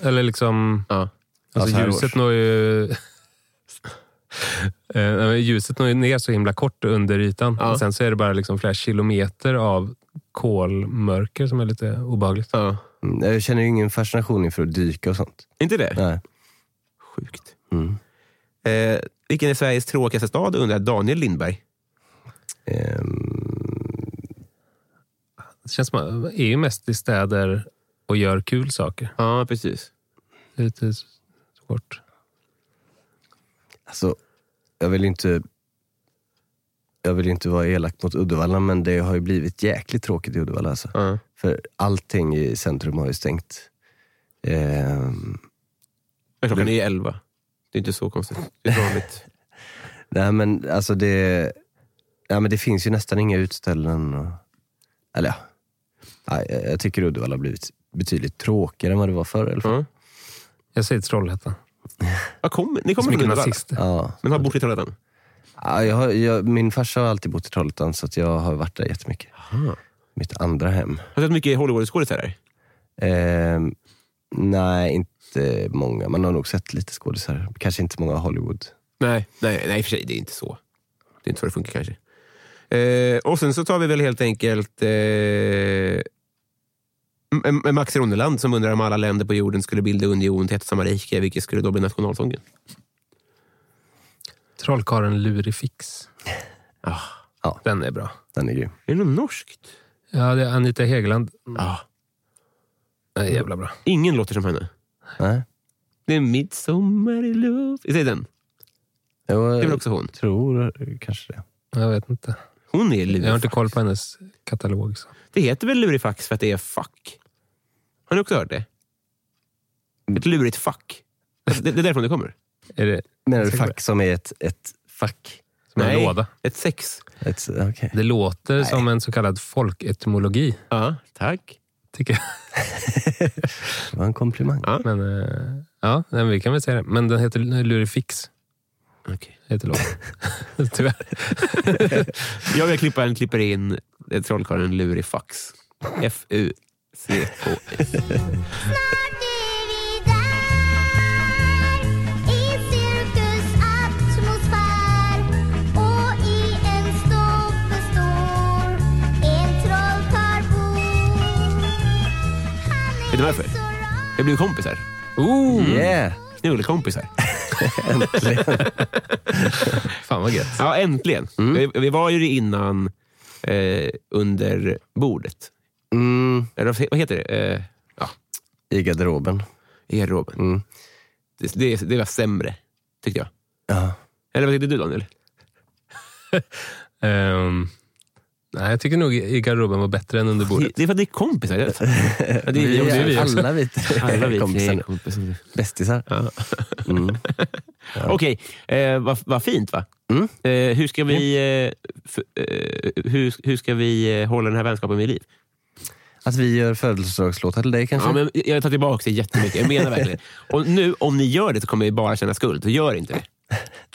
[SPEAKER 4] Eller liksom...
[SPEAKER 2] Ja.
[SPEAKER 4] Alltså,
[SPEAKER 3] så här
[SPEAKER 4] ljuset
[SPEAKER 3] års.
[SPEAKER 4] når ju... Eh, nej, men ljuset når ju ner så himla kort under ytan.
[SPEAKER 2] Ja.
[SPEAKER 4] Och sen så är det bara liksom flera kilometer av kolmörker som är lite obehagligt.
[SPEAKER 2] Ja.
[SPEAKER 3] Mm, jag känner ju ingen fascination inför att dyka och sånt.
[SPEAKER 2] Inte det?
[SPEAKER 3] Nej.
[SPEAKER 2] Sjukt.
[SPEAKER 3] Mm.
[SPEAKER 2] Eh, vilken är Sveriges tråkigaste stad undrar Daniel Lindberg.
[SPEAKER 3] Ehm,
[SPEAKER 4] Det känns som att man är ju mest i städer och gör kul saker.
[SPEAKER 2] Ja, precis.
[SPEAKER 4] Det är lite svårt.
[SPEAKER 3] alltså, jag vill ju inte... Jag vill ju inte vara elak mot Uddevalla, men det har ju blivit jäkligt tråkigt i Uddevalla. Alltså.
[SPEAKER 2] Ja.
[SPEAKER 3] För allting i centrum har ju stängt. Ehm,
[SPEAKER 2] Men Klockan är elva. Det är inte så konstigt. Det är vanligt.
[SPEAKER 3] Nej men alltså det, ja, men det finns ju nästan inga utställen. Och, eller ja, Nej, jag, jag tycker Uddevalla har blivit betydligt tråkigare än vad det var förr. Eller?
[SPEAKER 2] ja.
[SPEAKER 4] Jag säger Trollhättan.
[SPEAKER 2] Ja, kom, ni
[SPEAKER 4] Det är så
[SPEAKER 2] kommer
[SPEAKER 4] mycket
[SPEAKER 2] från Uddevalla,
[SPEAKER 4] nazister.
[SPEAKER 3] Ja.
[SPEAKER 2] men har bott i Trollhättan.
[SPEAKER 3] Ja, jag har, jag, min farsa har alltid bott i Trollhättan så att jag har varit där jättemycket. Mitt andra hem.
[SPEAKER 2] Har du sett mycket Hollywood-skådisar
[SPEAKER 3] Ehm, nej, inte många. Man har nog sett lite skådisar. Kanske inte många Hollywood.
[SPEAKER 2] Nej, nej, nej, i och för sig. Det är inte så. Det är inte så det funkar kanske. Eh, och sen så tar vi väl helt enkelt eh, M- M- Max Ronneland som undrar om alla länder på jorden skulle bilda union till ett samma rike, vilket skulle då bli nationalsången.
[SPEAKER 4] Trollkarlen Lurifix.
[SPEAKER 2] Ah,
[SPEAKER 3] Ja.
[SPEAKER 4] Den är bra.
[SPEAKER 3] Den är grym.
[SPEAKER 2] Är det något norskt?
[SPEAKER 4] Ja, det är Anita Hegeland.
[SPEAKER 2] Ja.
[SPEAKER 4] Den är jävla bra.
[SPEAKER 2] Ingen låter som henne.
[SPEAKER 3] Nej?
[SPEAKER 2] Det är midsommar i luft. Är det den?
[SPEAKER 3] Jo,
[SPEAKER 2] Det är väl
[SPEAKER 3] jag
[SPEAKER 2] också hon?
[SPEAKER 3] tror kanske det.
[SPEAKER 4] Jag vet inte.
[SPEAKER 2] Hon är
[SPEAKER 4] Jag har
[SPEAKER 2] lurifax.
[SPEAKER 4] inte koll på hennes katalog. Så.
[SPEAKER 2] Det heter väl lurifax för att det är fuck? Har ni också hört det? Ett lurigt fuck. Alltså, Det, det är därifrån det kommer.
[SPEAKER 4] Är det
[SPEAKER 3] Menar du
[SPEAKER 4] Säkert.
[SPEAKER 3] fack som är ett, ett fack?
[SPEAKER 4] som en låda?
[SPEAKER 2] ett sex.
[SPEAKER 3] Ett, okej.
[SPEAKER 4] Det låter som en så kallad folketymologi,
[SPEAKER 2] Ja, tack.
[SPEAKER 4] tycker jag.
[SPEAKER 3] Det var en komplimang.
[SPEAKER 4] Men, eh, ja, nej, men vi kan väl säga det. Men den heter Lurifix.
[SPEAKER 2] Okej.
[SPEAKER 4] Heter låten. Tyvärr.
[SPEAKER 2] Jag vill klippa en klipper in eh, trollkarlen lurifax. F-U-C-K-S.
[SPEAKER 5] Snart är vi där i cirkus atmosfär och i en stubbe står en trollkarl bor. Han
[SPEAKER 2] Vet du
[SPEAKER 5] är
[SPEAKER 2] varför?
[SPEAKER 5] så rar
[SPEAKER 2] Jag blev kompisar.
[SPEAKER 4] Ooh,
[SPEAKER 2] Mm.
[SPEAKER 3] Yeah!
[SPEAKER 2] Knullkompisar.
[SPEAKER 4] Fan vad gött. Mm.
[SPEAKER 2] Ja, äntligen. Vi, vi var ju det innan eh, under bordet.
[SPEAKER 3] Mm,
[SPEAKER 2] Eller vad vad heter det? Eh, ja,
[SPEAKER 3] I garderoben.
[SPEAKER 2] i garderoben.
[SPEAKER 3] Mm.
[SPEAKER 2] Det, det, det var sämre, tyckte jag.
[SPEAKER 3] Ja.
[SPEAKER 2] Eller vad tyckte du Daniel?
[SPEAKER 4] Ehm, nej, jag tycker nog i garderoben var bättre än under bordet.
[SPEAKER 2] Det är för att det är kompisar. Ja, det är,
[SPEAKER 3] Vi
[SPEAKER 2] det är
[SPEAKER 3] är
[SPEAKER 2] vi också.
[SPEAKER 3] alla vi
[SPEAKER 2] Alla vi tre
[SPEAKER 3] kompisar.
[SPEAKER 2] är kompisar.
[SPEAKER 3] Bästisar.
[SPEAKER 2] Ja.
[SPEAKER 3] Mm.
[SPEAKER 2] Okej, eh, vad vad fint va?
[SPEAKER 3] Mm.
[SPEAKER 2] Eh, hur, ska vi, eh, f- eh, hur, hur ska vi eh, hålla den här vänskapen vid liv?
[SPEAKER 3] Att vi gör födelsedagslåtar till dig kanske?
[SPEAKER 2] Ja, men jag tar tillbaka det jättemycket. Jag menar verkligen. Och nu, om ni gör det så kommer vi bara känna skuld. Så gör inte det.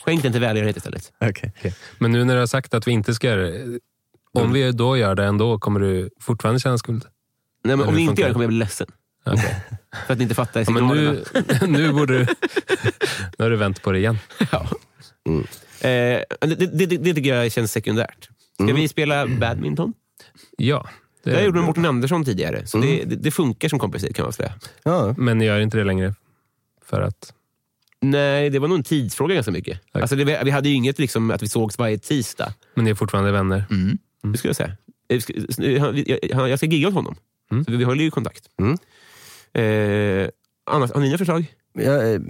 [SPEAKER 2] Skänk den till välgörenhet istället.
[SPEAKER 3] Okej.
[SPEAKER 4] Men nu när du har sagt att vi inte ska göra det,
[SPEAKER 2] Mm.
[SPEAKER 4] om vi då gör det ändå, kommer du fortfarande känna skuld?
[SPEAKER 2] Nej, men
[SPEAKER 4] hur
[SPEAKER 2] om ni inte
[SPEAKER 4] funkar
[SPEAKER 2] gör
[SPEAKER 4] det?
[SPEAKER 2] det kommer jag bli ledsen. För att ni inte fattar
[SPEAKER 4] Ja, men
[SPEAKER 2] signalerna.
[SPEAKER 4] nu, nu borde du... Nu har du vänt på det igen.
[SPEAKER 2] Ja.
[SPEAKER 4] Mm.
[SPEAKER 2] Eh, det, det, det, det tycker jag känns sekundärt. Ska vi spela badminton?
[SPEAKER 4] Mm. Ja. Mm.
[SPEAKER 2] Det har jag
[SPEAKER 4] Det,
[SPEAKER 2] gjort med Mårten Andersson tidigare. Så det, det, det funkar som kompisar kan man säga.
[SPEAKER 3] Ja.
[SPEAKER 4] men jag gör inte det längre. För att...
[SPEAKER 2] Nej, det var nog en tidsfråga ganska mycket.
[SPEAKER 4] Tack.
[SPEAKER 2] Alltså det, vi hade ju inget liksom, att vi sågs varje tisdag.
[SPEAKER 4] Men ni är fortfarande vänner.
[SPEAKER 2] Mm. Det skulle jag säga. Eh, Jag ska, han- jag, jag ska gigga åt honom.
[SPEAKER 4] Mm.
[SPEAKER 2] Så vi, vi håller ju kontakt.
[SPEAKER 3] Mm.
[SPEAKER 2] Eh, annars, har ni några förslag?
[SPEAKER 3] Jag, eh,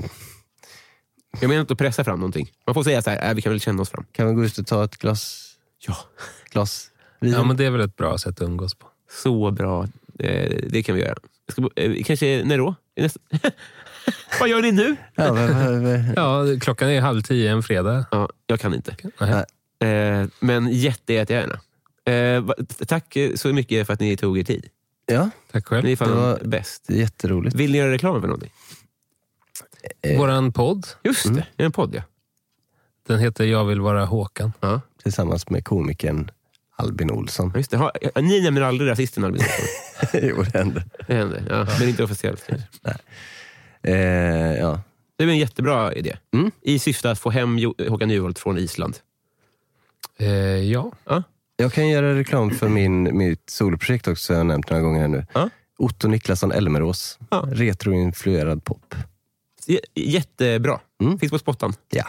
[SPEAKER 2] Jag menar inte att pressa fram någonting. Man får säga så här, äh, vi kan väl känna oss fram.
[SPEAKER 3] kan vi gå ut och ta ett glas,
[SPEAKER 2] Ja.
[SPEAKER 3] glas vin?
[SPEAKER 4] Ja, men det är väl ett bra sätt att umgås på.
[SPEAKER 2] Så bra. Eh, det kan vi göra. Jag ska, bo- eh, kanske, när då? I nästa- Vad gör ni nu?
[SPEAKER 3] Ja, men- men- men-
[SPEAKER 4] Ja, klockan är halv tio en fredag.
[SPEAKER 2] Ja, jag kan inte.
[SPEAKER 4] Nej.
[SPEAKER 2] Eh, men jätte, jättegärna. Eh, va- tack eh, så mycket för att ni tog er tid.
[SPEAKER 3] ja,
[SPEAKER 4] Tack själv.
[SPEAKER 2] Ni är fan
[SPEAKER 3] Det var-
[SPEAKER 2] bäst.
[SPEAKER 3] det är jätteroligt.
[SPEAKER 2] Vill ni göra reklam för någonting?
[SPEAKER 4] Våran podd,
[SPEAKER 2] Just
[SPEAKER 3] Mm.
[SPEAKER 2] det, det är en podd ja.
[SPEAKER 4] den heter Jag vill vara Håkan.
[SPEAKER 3] Tillsammans med komikern Albin Olsson.
[SPEAKER 2] Ja, Just det. Ha, ja, ni nämner aldrig rasisten Albin Olsson.
[SPEAKER 3] jo, det hände.
[SPEAKER 2] Det händer. Ja, men inte officiellt kanske.
[SPEAKER 3] Eh, ja.
[SPEAKER 2] Det är en jättebra idé.
[SPEAKER 3] Mm.
[SPEAKER 2] I syfte att få hem jo, Håkan Juholt från Island.
[SPEAKER 4] Eh, ja,
[SPEAKER 3] Jag kan göra reklam för min, mitt soloprojekt också, som jag har nämnt några gånger här nu.
[SPEAKER 2] Ja.
[SPEAKER 3] Otto Niklasson Elmerås.
[SPEAKER 2] Ja.
[SPEAKER 3] Retroinfluerad pop.
[SPEAKER 2] J- jättebra.
[SPEAKER 3] Mm.
[SPEAKER 2] Finns på spottan.
[SPEAKER 3] Ja.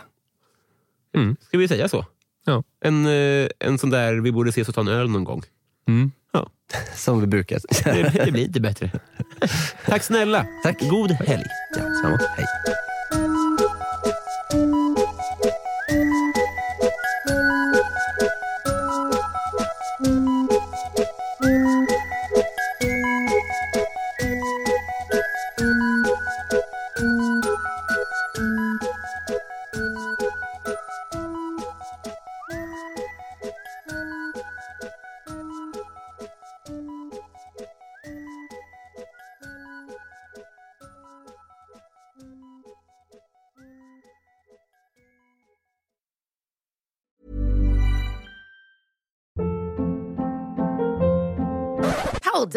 [SPEAKER 4] Mm.
[SPEAKER 2] Ska vi säga så?
[SPEAKER 4] Ja.
[SPEAKER 2] En, eh, en sån där vi borde ses och ta en öl någon gång.
[SPEAKER 3] Som vi brukar.
[SPEAKER 2] Det, det blir inte bättre. Tack snälla.
[SPEAKER 3] Tack.
[SPEAKER 2] God helg.
[SPEAKER 3] Detsamma. Hej.
[SPEAKER 6] Hold